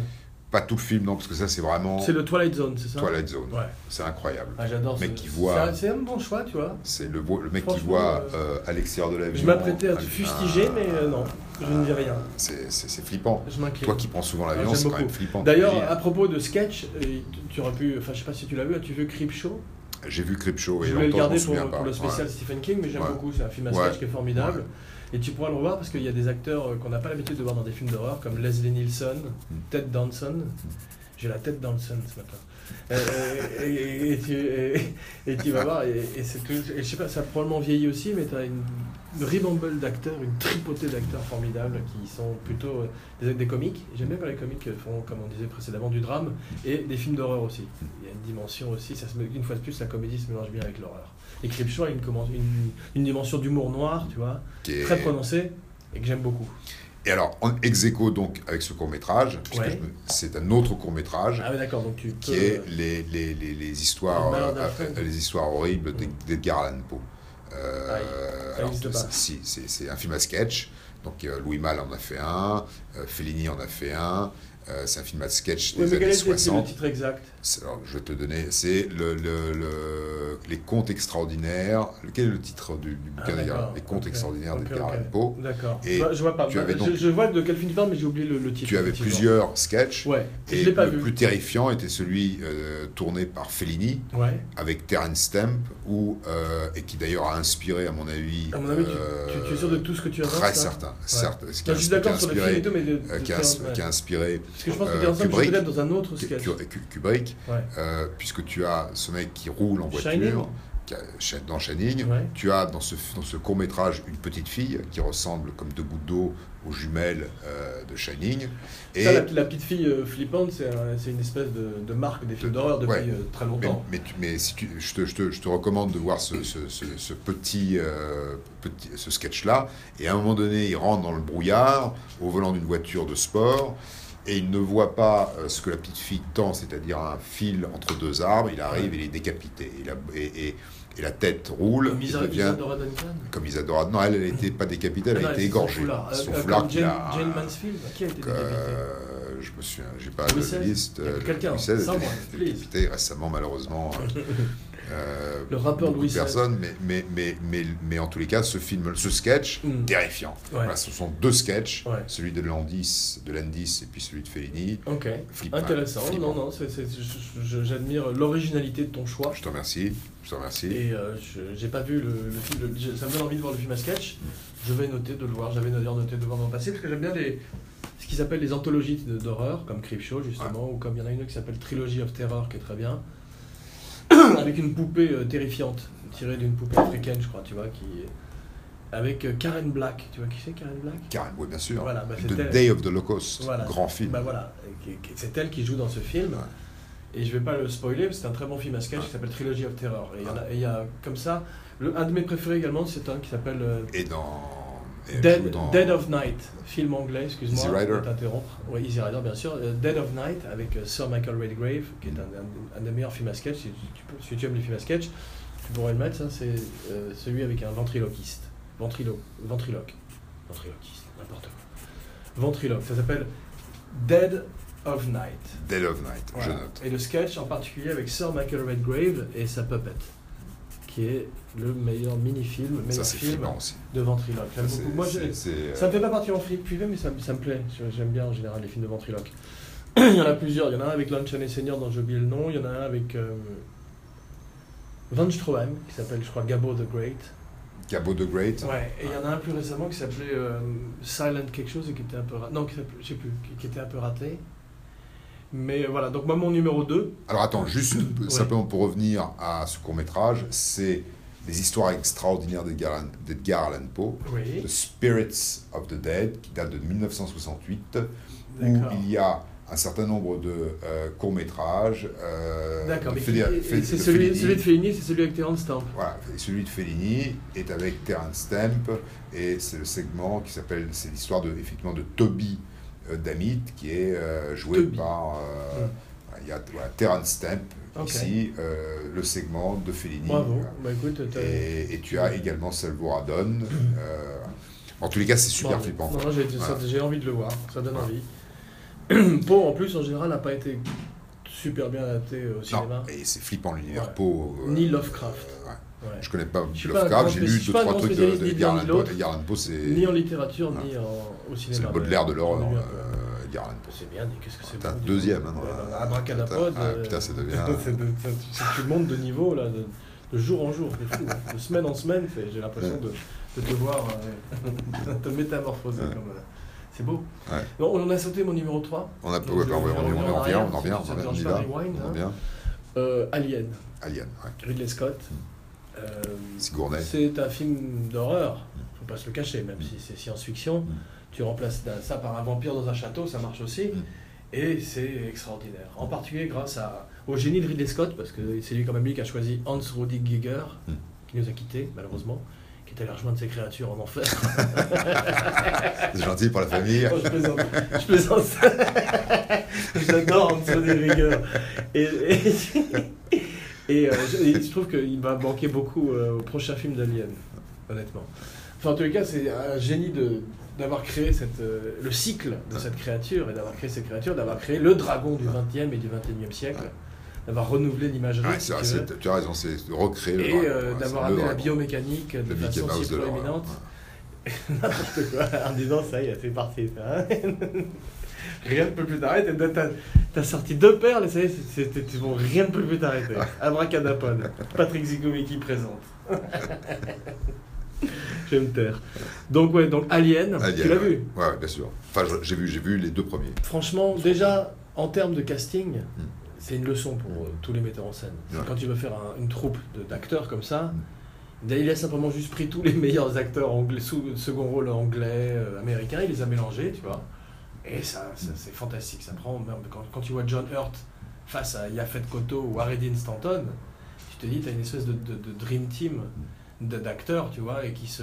B: pas tout le film, non, parce que ça, c'est vraiment
A: C'est le Twilight Zone, c'est ça
B: Twilight Zone.
A: Ouais,
B: C'est incroyable.
A: ah, j'adore
B: Mec
A: ce...
B: qui voit-
A: c'est un- C'est un bon choix, tu vois.
B: C'est le, vo- le mec qui
A: Franchement,
B: voit
A: euh,
B: euh, à l'extérieur de l'avion.
A: Je m'apprêtais à te
B: un-
A: fustiger,
B: un-
A: mais euh, non, je ne dis rien,
B: C'est c'est- c'est flippant.
A: je m'inquiète.
B: Toi qui prends souvent l'avion,
A: Ah, j'aime
B: c'est quand même
A: beaucoup.
B: flippant.
A: D'ailleurs, à propos de sketch, euh, tu- tu aurais pu, enfin je sais pas si tu l'as vu, as-tu vu Creepshow
B: j'ai vu Creepshow et
A: Je voulais le
B: longtemps, je m'en
A: garder pour,
B: souviens pas.
A: pour le spécial
B: Ouais.
A: Stephen King, mais j'aime
B: Ouais.
A: beaucoup, c'est un film à
B: Ouais.
A: sketch qui est formidable. Et tu pourras le revoir parce qu'il y a des acteurs euh, qu'on n'a pas l'habitude de voir dans des films d'horreur, comme Leslie Nielsen,
B: Mm.
A: Ted Danson. J'ai la tête Danson ce matin. Euh, et, et- et tu, et- et tu vas voir, et, et c'est tout. Et je sais pas, ça a probablement vieilli aussi, mais tu as une ribambole d'acteurs, une tripotée d'acteurs formidables qui sont plutôt euh, des, des comiques. J'aime bien quand les comiques font, comme on disait précédemment, du drame et des films d'horreur aussi.
B: Mm.
A: Il y a une dimension aussi, ça se, met- une fois de plus, la comédie se mélange bien avec l'horreur. Et Creepshow a une, commen- une, une dimension d'humour noir, tu vois,
B: Qui est-
A: très prononcée et que j'aime beaucoup.
B: Et alors, en ex aequo, donc, avec ce court-métrage, puisque
A: Ouais.
B: je me- c'est un autre court-métrage
A: Ah oui, d'accord, donc tu peux.
B: qui est les, les, les, les histoires,
A: Le
B: euh,
A: malheur d'Alfred.
B: euh, les histoires horribles d'Ed- d'Edgar Allan Poe. Euh,
A: Aïe, ça
B: alors,
A: n'existe pas.
B: si, c'est c'est un film à sketch. Donc, euh, Louis Malle en a fait un, euh, Fellini en a fait un. Euh, c'est un film à sketch
A: Oui,
B: des
A: mais quel
B: années
A: est le
B: 60.
A: titre exact
B: C'est- Alors, je vais te donner, c'est le, le- le- les contes extraordinaires. Quel est le titre du, du
A: Ah,
B: bouquin d'ailleurs
A: d'accord.
B: Les contes
A: Ok,
B: extraordinaires
A: ok,
B: d'Edgar
A: ok.
B: Allan Poe.
A: D'accord.
B: Et
A: Je vois- je vois pas.
B: tu avais
A: Je-
B: donc-
A: je, vois de quel film tu parles, mais j'ai oublié le, le titre.
B: Tu avais
A: effectivement.
B: plusieurs sketchs.
A: Ouais,
B: Et
A: je l'ai pas
B: le
A: vu.
B: plus terrifiant était celui euh, tourné par Fellini
A: Ouais.
B: avec Terence Stamp, où, euh, et qui d'ailleurs a inspiré, à mon avis.
A: À mon avis, tu,
B: euh,
A: tu- tu es sûr de tout ce que tu as
B: Très certain. certes, ce qui
A: Non,
B: a-
A: je suis
B: qui a
A: d'accord sur le film
B: inspiré,
A: et tout, mais de,
B: euh,
A: de
B: qui a,
A: Terrence, ouais.
B: qui a inspiré
A: Parce que je pense que
B: euh,
A: Terrence Stamp, je suis
B: Kubrick.
A: peut-être dans un autre sketch.
B: Ku- Ku- Kubrick,
A: Ouais.
B: euh, puisque tu as ce mec qui roule en voiture.
A: Shining.
B: qui a- dans Shining,
A: Ouais.
B: tu as dans ce, dans ce court métrage une petite fille qui ressemble comme deux gouttes d'eau aux jumelles euh, de Shining. Et
A: Ça, la, la petite fille euh, flippante, c'est un- c'est une espèce de, de marque des films
B: De-
A: d'horreur depuis
B: ouais.
A: euh, très
B: Mais,
A: longtemps.
B: mais tu- mais si tu, je, te, je te- je te recommande de voir ce, ce- ce- ce petit, euh, petit- ce sketch-là. Et à un moment donné, il rentre dans le brouillard au volant d'une voiture de sport et il ne voit pas euh, ce que la petite fille tend, c'est-à-dire un fil entre deux arbres. Il arrive, il est décapité. Et la, et- et- et la tête roule.
A: Le
B: il
A: misérable
B: devient-
A: Isadora Duncan.
B: comme Isadora. Non, elle n'était pas décapitée, elle
A: Ah non,
B: a été
A: c'est son
B: égorgée.
A: foulard.
B: Son
A: Euh, euh,
B: foulard
A: comme
B: qu'il
A: Jane,
B: a-
A: Jane Mansfield, qui a été
B: que,
A: décapitée
B: euh, je me souviens, j'ai pas
A: Louis
B: la
A: XVI,
B: liste. euh,
A: quelqu'un,
B: Louis XVI a
A: someone,
B: été
A: please.
B: décapité récemment, malheureusement. euh,
A: Le rappeur
B: beaucoup
A: Louis
B: de
A: XVI.
B: personnes, mais, mais, mais, mais, mais en tous les cas, ce film, ce sketch,
A: Mm.
B: terrifiant.
A: Ouais.
B: Voilà, ce sont deux sketchs,
A: Ouais.
B: celui de Landis, de Landis et puis celui de Fellini.
A: Ok.
B: Flippant,
A: Intéressant.
B: flippant.
A: Non, non, c'est- c'est- je- je- j'admire l'originalité de ton choix.
B: Je te remercie, je te remercie.
A: Et euh, je- j'ai pas vu le, le film, le- je- ça me donne envie de voir le film à sketch. Je vais noter de le voir, j'avais d'ailleurs noté de le voir dans le passé, parce que j'aime bien les, ce qu'ils appellent les anthologies de- d'horreur, comme Creepshow justement, ou comme il y en a une qui s'appelle Trilogy of Terror, qui est très bien, avec une poupée euh, terrifiante, tirée d'une poupée africaine, je crois, tu vois, qui avec euh, Karen Black, tu vois qui c'est Karen Black
B: Karen, oui, bien sûr.
A: Voilà, bah,
B: The
A: c'était-
B: Day of the Locust,
A: Voilà.
B: grand film.
A: Bah voilà, et qui- qui- c'est elle qui joue dans ce film.
B: Ouais.
A: Et je vais pas le spoiler, mais c'est un très bon film à sketch qui s'appelle Trilogy of Terror. Et il y en a- et il y, a comme ça, le- un de mes préférés également, c'est un qui s'appelle euh,
B: Et dans. et elle joue
A: Dead,
B: dans-
A: Dead of Night, film anglais, excuse-moi,
B: Easy Rider.
A: de t'interrompre. Oui, Easy Rider, bien sûr. Euh, Dead of Night avec euh, Sir Michael Redgrave, qui est un, un- un des meilleurs films à sketch. Si tu, tu peux- si tu aimes les films à sketch, tu pourrais le mettre, ça, c'est euh, celui avec un ventriloquiste. Ventrilo, ventriloque. Ventriloquiste, n'importe quoi. Ventriloque, ça s'appelle Dead of Night.
B: Dead of Night, je
A: Voilà.
B: note.
A: Et le sketch en particulier avec Sir Michael Redgrave et sa puppette, qui est le meilleur mini-film, meilleur
B: Ça, c'est
A: film
B: flippant aussi.
A: de ventriloque. J'aime
B: Ça, c'est-
A: beaucoup. Moi, je-
B: c'est- c'est,
A: ça
B: euh,
A: me fait pas partie en flic privé, mais ça, me- ça me plaît. Je- J'aime bien en général les films de ventriloque. il y en a plusieurs. Il y en a un avec Lon Chaney Senior dont j'ai oublié le nom. Il y en a un avec euh, Van Stroheim qui s'appelle, je crois, Gabo the Great.
B: Cabot the Great.
A: Ouais, et il y en a un plus récemment qui s'appelait euh, Silent quelque chose et qui était un peu raté. Non, qui s'appelait- je sais plus, qui- qui était un peu raté. Mais euh, voilà, donc moi mon numéro 2,
B: Alors attends, juste simplement pour revenir à ce court-métrage, c'est les histoires extraordinaires d'Edgar Allan- d'Edgar Allan Poe,
A: oui,
B: The Spirits of the Dead, qui date de 1968, où
A: d'accord.
B: il y a un certain nombre de euh, courts-métrages. euh,
A: D'accord,
B: de
A: mais
B: Fede-
A: qui-
B: Fe-
A: et c'est
B: de
A: celui,
B: Fellini.
A: celui de Fellini, c'est celui avec Terrence Stamp.
B: Voilà, et celui de Fellini est avec Terence Stamp et c'est le segment qui s'appelle, c'est l'histoire de, effectivement de Toby euh, Damit qui est euh, joué
A: Toby.
B: par, euh,
A: Mm.
B: il y a voilà, Terence Stamp
A: Ok.
B: ici, euh, le segment de Fellini.
A: Bravo.
B: Voilà.
A: Bah écoute, t'as-
B: Et, et tu as également Salvo Radon. euh, en tous les cas, c'est super
A: Bon,
B: flippant.
A: Hmm. Non, non, j'ai ça-
B: Voilà.
A: j'ai envie de le voir, ça donne
B: Voilà.
A: envie. Poe, en plus, en général, n'a pas été super bien adapté euh, au cinéma.
B: Non, et c'est flippant l'univers
A: Ouais.
B: Poe. euh,
A: Ni Lovecraft.
B: euh, ouais.
A: Ouais.
B: Je connais pas
A: Je suis pas un grand
B: Lovecraft, j'ai lu
A: spécialiste-
B: deux
A: pas un
B: trois
A: grand
B: trucs de,
A: spécialiste
B: de
A: ni de
B: Edgar
A: l'un
B: Allan
A: ni
B: Poe.
A: l'autre.
B: Edgar Allan Poe, c'est
A: Ni en littérature,
B: Ouais.
A: ni en, au
B: Ah. c'est
A: cinéma.
B: le Baudelaire de
A: mais-
B: l'horreur,
A: mais-
B: euh, Edgar Allan Poe.
A: C'est bien, mais qu'est-ce que c'est
B: Putain,
A: bon, dis
B: deuxième.
A: donc.
B: Hein,
A: Ouais,
B: dans la-
A: dans Abracadapod,
B: Ah,
A: euh,
B: putain, ça devient.
A: c'est de- ça- ça- tu montes de niveau, là, de, de jour en jour, c'est fou. hein. De semaine en semaine, c'est- j'ai l'impression de, de te voir euh, te métamorphoser.
B: Ouais.
A: comme, euh, c'est beau.
B: Ouais.
A: Non, on en a sauté mon numéro 3.
B: On a
A: Donc,
B: ouais, bah,
A: je- je
B: on, on-
A: reviens
B: on en
A: en
B: revient,
A: arrière,
B: on en revient,
A: ça
B: on
A: ne
B: en
A: dérange
B: y
A: pas,
B: va.
A: rewind,
B: On en revient.
A: Euh, Alien,
B: Alien, ouais.
A: Ridley Scott. Euh,
B: Sigourney.
A: c'est un film d'horreur, faut pas se le cacher, même si c'est science-fiction.
B: Mm.
A: Tu remplaces d'un- ça par un vampire dans un château, ça marche aussi.
B: Mm.
A: Et c'est extraordinaire. En particulier grâce à, au génie de Ridley Scott, parce que c'est lui quand même lui qui a choisi Hans Rudi Giger,
B: Mm.
A: qui nous a quittés malheureusement, qui était allé rejoindre ses créatures en enfer.
B: C'est gentil pour la famille.
A: Non, Oh, je plaisante. Je plaisante. J'adore Anthony Rieger. Et, et- et, euh, je, et je trouve qu'il va manquer beaucoup euh, au prochain film d'Alien, honnêtement. Enfin, en tous les cas, c'est un génie de d'avoir créé cette, euh, le cycle de cette créature et d'avoir créé cette créature, d'avoir créé le dragon du 20e et du 21e siècle, d'avoir renouvelé l'imagerie.
B: Ouais,
A: si tu
B: c'est vrai,
A: veux,
B: c'est- tu as raison, c'est de recréer le
A: et
B: dragon,
A: euh,
B: ouais,
A: d'avoir
B: c'est le
A: amené la
B: dragon.
A: biomécanique de
B: Le Mickey
A: façon
B: Mouse
A: si
B: de l'horreur,
A: proéminente.
B: ouais.
A: N'importe quoi, en disant ça y est, c'est parti. ça. hein. rien ne peut plus t'arrêter. T'as- T'as t'as sorti deux perles et ça y est, c'est- c'était- tu- bon, rien ne peut plus t'arrêter. Abracadapod, Patrick Zigovicki présente. Je vais me taire. Donc, ouais, donc Alien,
B: Alien,
A: tu l'as
B: ouais.
A: vu.
B: Ouais, ouais, bien sûr. Enfin, je- j'ai vu, j'ai vu les deux premiers.
A: Franchement, déjà, en termes de casting, c'est une leçon pour euh, tous les metteurs en scène. C'est
B: Ouais.
A: Quand tu veux faire un- une troupe de- d'acteurs comme ça, il a simplement juste pris tous les meilleurs acteurs anglais, sous second rôle anglais, euh, américain, il les a mélangés, tu vois. Et ça, ça, c'est fantastique. Ça prend, même quand, quand tu vois John Hurt face à Yafet Koto ou Harry Dean Stanton, tu te dis, tu as une espèce de, de- de dream team de- d'acteurs, tu vois, et qui se.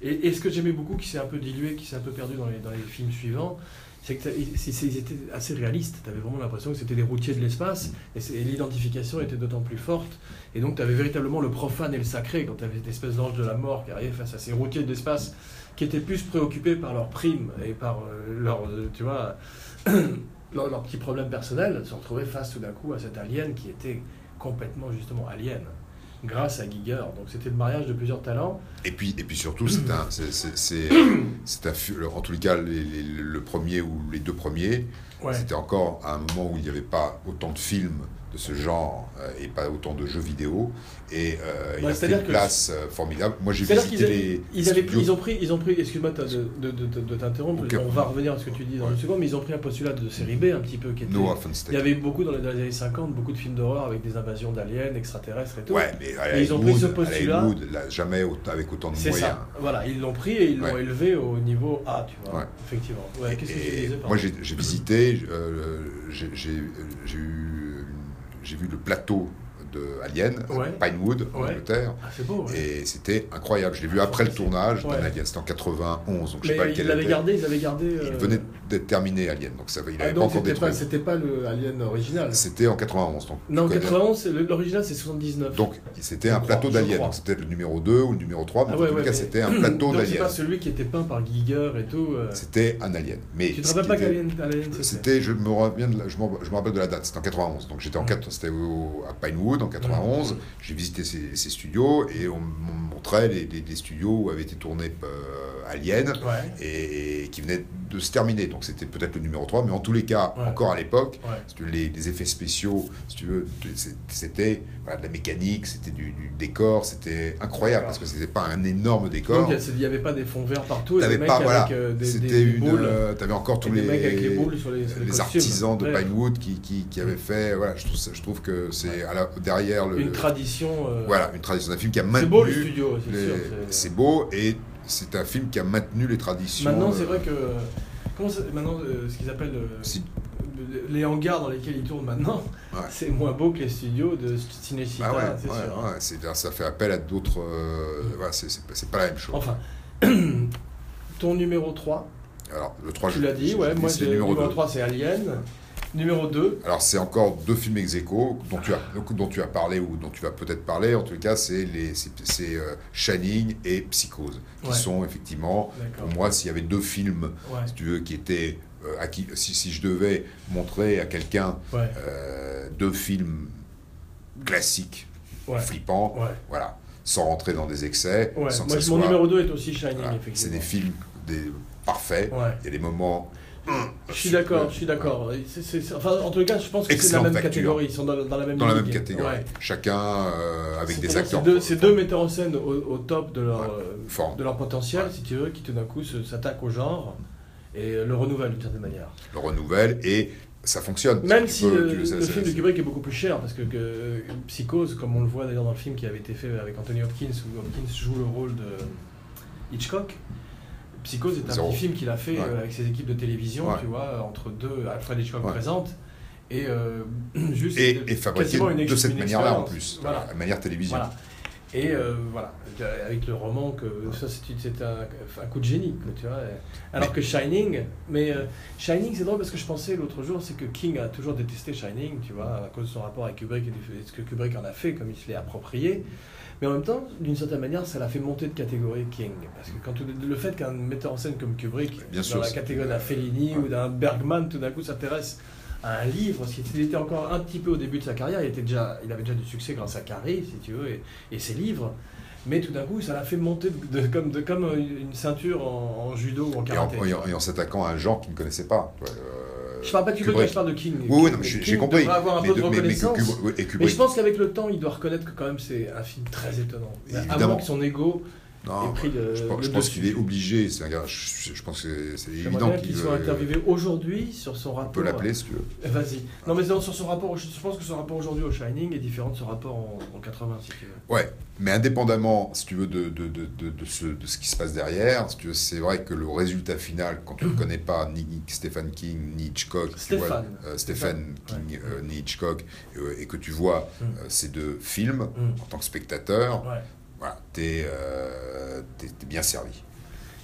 A: Et, et ce que j'aimais beaucoup, qui s'est un peu dilué, qui s'est un peu perdu dans les, dans les films suivants, c'est que t'as- ils c'est- c'est- ils étaient assez réalistes. Tu avais vraiment l'impression que c'était des routiers de l'espace, et, c'est- et l'identification était d'autant plus forte. Et donc, tu avais véritablement le profane et le sacré quand tu avais cette espèce d'ange de la mort qui arrivait face à ces routiers de l'espace qui étaient plus préoccupés par leurs primes et par euh, leur, euh, tu vois, leur, leur petit problème personnel, se retrouvaient face tout d'un coup à cette alien qui était complètement justement alien, grâce à Giger. Donc c'était le mariage de plusieurs talents.
B: Et puis, et puis surtout, c'est un, c'est, c'est, c'est, c'est un, fu- en tous les cas, les- les- le premier ou les deux premiers, C'était encore à un moment où il n'y avait pas autant de films de ce genre euh, et pas autant de jeux vidéo. Et euh, il
A: Bah,
B: a fait
A: c'est-à-dire
B: une
A: que-
B: place euh, formidable. Moi, j'ai
A: C'est-à-dire qu'ils
B: visité
A: avaient,
B: les
A: ils avaient-
B: studios.
A: ils ont pris, ils ont pris, excuse-moi t'as- de, de- de- de- de t'interrompre,
B: Aucun
A: on va revenir à ce que tu dis dans
B: Ouais.
A: une seconde, mais ils ont pris un postulat de série B un petit peu qui était,
B: No offense
A: Il y
B: taken.
A: avait beaucoup dans les, dans les années 50, beaucoup de films d'horreur avec des invasions d'aliens, extraterrestres et tout.
B: Ouais, mais à
A: Et ils ont
B: Hollywood-
A: pris ce
B: à
A: postulat.
B: Hollywood, là, jamais au- avec autant de
A: C'est
B: moyens.
A: ça. Voilà, ils l'ont pris et ils l'ont
B: Ouais.
A: élevé au niveau A, tu vois.
B: Ouais.
A: Effectivement. Ouais,
B: Et-
A: Qu'est-ce que tu
B: et
A: disais pardon
B: Moi, j'ai j'ai visité, euh, j'ai j'ai- j'ai eu- j'ai vu le plateau de Alien, à
A: Ouais.
B: Pinewood, en
A: Ouais.
B: Angleterre.
A: Ah, c'est beau, ouais.
B: Et c'était incroyable. Je l'ai vu après le tournage
A: Ouais.
B: d'un Alien. C'était en 91, donc je sais pas
A: Mais ils
B: lequel
A: l'avaient
B: était.
A: gardé, ils avaient gardé.
B: Il
A: euh,
B: venait d'être terminé, Alien. Donc ça, va- il
A: Ah,
B: avait pas
A: donc
B: encore
A: c'était pas,
B: détruit.
A: c'était pas le Alien original.
B: C'était en 91. Donc,
A: Non,
B: tu connais.
A: 91, c'est- le- l'original c'est 79.
B: Donc c'était
A: Je
B: un
A: crois,
B: plateau
A: je
B: d'Alien.
A: crois.
B: Donc c'était le numéro 2 ou le numéro 3, mais
A: Ah
B: en
A: ouais,
B: tout
A: ouais,
B: cas
A: mais-
B: c'était un plateau
A: Donc c'est
B: d'Alien.
A: pas celui qui était peint par Giger et tout. euh.
B: C'était un Alien. Mais
A: Tu te
B: ce
A: rappelles
B: qui
A: pas
B: était-
A: qu'Alien Alien, c'était
B: C'était, je me reviens, de la- je, m'en- je me rappelle de la date, c'était en 91. Donc j'étais en
A: Ouais.
B: quatre- c'était au- à Pinewood en
A: Mm.
B: 91. J'ai visité ces, ces studios et on me montrait les, les- les studios où avait été tourné euh, Alien
A: Ouais,
B: et, qui venait de se terminer. Donc c'était peut-être le numéro 3, mais en tous les cas,
A: Ouais.
B: encore à l'époque,
A: ouais.
B: si tu veux, les, les effets spéciaux, si tu veux, t- c'est- c'était voilà, de la mécanique, c'était du, du décor, c'était incroyable parce que c'était pas un énorme décor.
A: Donc il n'y avait pas des fonds verts partout et des
B: T'avais
A: mecs
B: pas,
A: avec
B: voilà,
A: euh, des, des-
B: C'était
A: des
B: une.
A: boules.
B: euh, T'avais encore
A: et
B: tous
A: des
B: les,
A: mecs avec les boules sur les, sur les
B: les
A: costumes.
B: artisans de
A: Ouais.
B: Pinewood qui, qui, qui avaient fait. Voilà, je trouve, ça- je trouve que c'est à la- derrière le.
A: Une tradition. euh,
B: voilà, une tradition d'un film qui a maintenu.
A: C'est beau le studio, c'est
B: les-
A: sûr. c'est-
B: C'est beau et c'est un film qui a maintenu les traditions.
A: Maintenant,
B: euh,
A: c'est vrai que. Comment ça- maintenant, euh, ce qu'ils appellent euh,
B: si-
A: les hangars dans lesquels ils tournent maintenant,
B: Ouais.
A: c'est moins beau que les studios de Cinecittà,
B: bah ouais,
A: c'est
B: ouais,
A: sûr. hein.
B: ouais, c'est- ça fait appel à d'autres. euh, voilà, c'est- c'est pas- c'est pas la même chose.
A: Enfin, ton numéro 3,
B: Alors, le 3,
A: tu l'as dit, ouais, moi j'ai
B: le numéro 2.
A: 3, c'est Alien. Numéro 2,
B: Alors c'est encore deux films ex aequo dont tu as dont tu as parlé ou dont tu vas peut-être parler. En tout cas, c'est les c'est c'est, euh, Shining et Psychose qui
A: Ouais.
B: sont effectivement
A: d'accord.
B: pour moi s'il y avait deux films
A: Ouais,
B: si tu veux qui étaient euh, à qui si, si je devais montrer à quelqu'un
A: ouais,
B: euh, deux films classiques
A: ouais.
B: flippants
A: ouais.
B: voilà sans rentrer dans des excès
A: Ouais,
B: sans que
A: moi,
B: ça
A: mon
B: soit-
A: numéro 2 est aussi Shining,
B: voilà, c'est
A: effectivement.
B: des films des parfaits
A: Ouais.
B: il y a des moments
A: Je suis d'accord, je suis d'accord. C'est- c'est- c'est- Enfin, en tout cas, je pense que c'est la
B: Excellente
A: même
B: facture.
A: catégorie. Ils sont dans, dans la même
B: dans la même
A: ligue.
B: catégorie
A: Ouais.
B: chacun euh, avec des
A: C'est-à-dire,
B: acteurs
A: C'est deux, c'est deux metteurs en scène au, au top de leur,
B: Ouais.
A: euh,
B: Forme.
A: de leur potentiel,
B: Ouais.
A: si tu veux, qui tout d'un coup se- s'attaquent au genre et euh, le renouvellent d'une certaine manière.
B: le renouvelle et ça fonctionne.
A: Même
B: Tu
A: si
B: peux-
A: le,
B: tu-
A: le
B: ça- ça-
A: film de Kubrick est beaucoup plus cher, parce que, que Psychose, comme on le voit d'ailleurs dans le film qui avait été fait avec Anthony Hopkins, où Hopkins joue le rôle de Hitchcock, Psychose est un
B: Zéro.
A: petit film qu'il a fait
B: Ouais.
A: euh, avec ses équipes de télévision,
B: Ouais.
A: tu vois, entre deux, Alfred Hitchcock
B: Ouais.
A: présente, et euh, juste
B: et, et
A: c'était
B: fabriqué
A: quasiment une ex-
B: de cette
A: une
B: manière-là en
A: expérience.
B: plus, euh,
A: Voilà.
B: de manière télévisuelle.
A: Voilà. Et euh, voilà, Euh, avec le roman, que ça c'est- c'est un, un coup de génie, quoi, tu vois. Alors
B: Mais-
A: que Shining, mais euh, Shining c'est drôle parce que je pensais l'autre jour, c'est que King a toujours détesté Shining, tu vois, à cause de son rapport avec Kubrick et du- et ce que Kubrick en a fait, comme il se l'est approprié. Mais en même temps, d'une certaine manière, ça l'a fait monter de catégorie King. Parce que quand tout- le fait qu'un metteur en scène comme Kubrick,
B: Bien
A: dans
B: sûr,
A: la
B: c'est-
A: catégorie d'un Fellini ou d'un Bergman, tout d'un coup s'intéresse à un livre, parce qu'il était encore un petit peu au début de sa carrière, il, était déjà, il avait déjà du succès grâce à Carré, si tu veux, et, et ses livres. Mais tout d'un coup, ça l'a fait monter de, de- comme, de, comme une ceinture en, en judo ou en
B: Et en,
A: karaté.
B: et en- et en s'attaquant à un genre qu'il ne connaissait pas. tu vois, euh,
A: je parle pas de Kubrick,
B: Kubrick.
A: je parle de King.
B: Oui, oui, non, mais
A: King
B: j'ai j'ai compris.
A: devrait avoir un
B: mais
A: peu de
B: de- mais- mais que
A: reconnaissance.
B: Kubrick- oui, et Kubrick-
A: Mais je pense qu'avec le temps, il doit reconnaître que quand même c'est un film très étonnant. À
B: Évidemment.
A: moins que son ego
B: non,
A: ait pris le,
B: je, pense-
A: le
B: je pense
A: dessus.
B: qu'il est obligé. c'est un gars- je, je pense que c'est
A: J'aimerais
B: évident
A: bien
B: qu'il
A: qu'il soit
B: veut-
A: interviewé aujourd'hui sur son
B: On
A: rapport.
B: peut l'appeler si tu veux.
A: Euh, Vas-y. Non, mais non, sur son rapport, au- je pense que son rapport aujourd'hui au Shining est différent de son rapport en, en 80, si tu veux.
B: Ouais, mais indépendamment, si tu veux, de, de, de, de, de ce, de ce qui se passe derrière, si tu veux, c'est vrai que le résultat final, quand tu
A: Mm.
B: ne connais pas ni Stephen King, ni Hitchcock, tu vois,
A: Stéphane.
B: euh, Stephen
A: Stéphane,
B: King, euh, ni Hitchcock, euh, et que tu vois
A: Mm.
B: euh, ces deux films,
A: Mm.
B: en tant que spectateur,
A: Ouais.
B: voilà, t'es euh, t'es- t'es bien servi.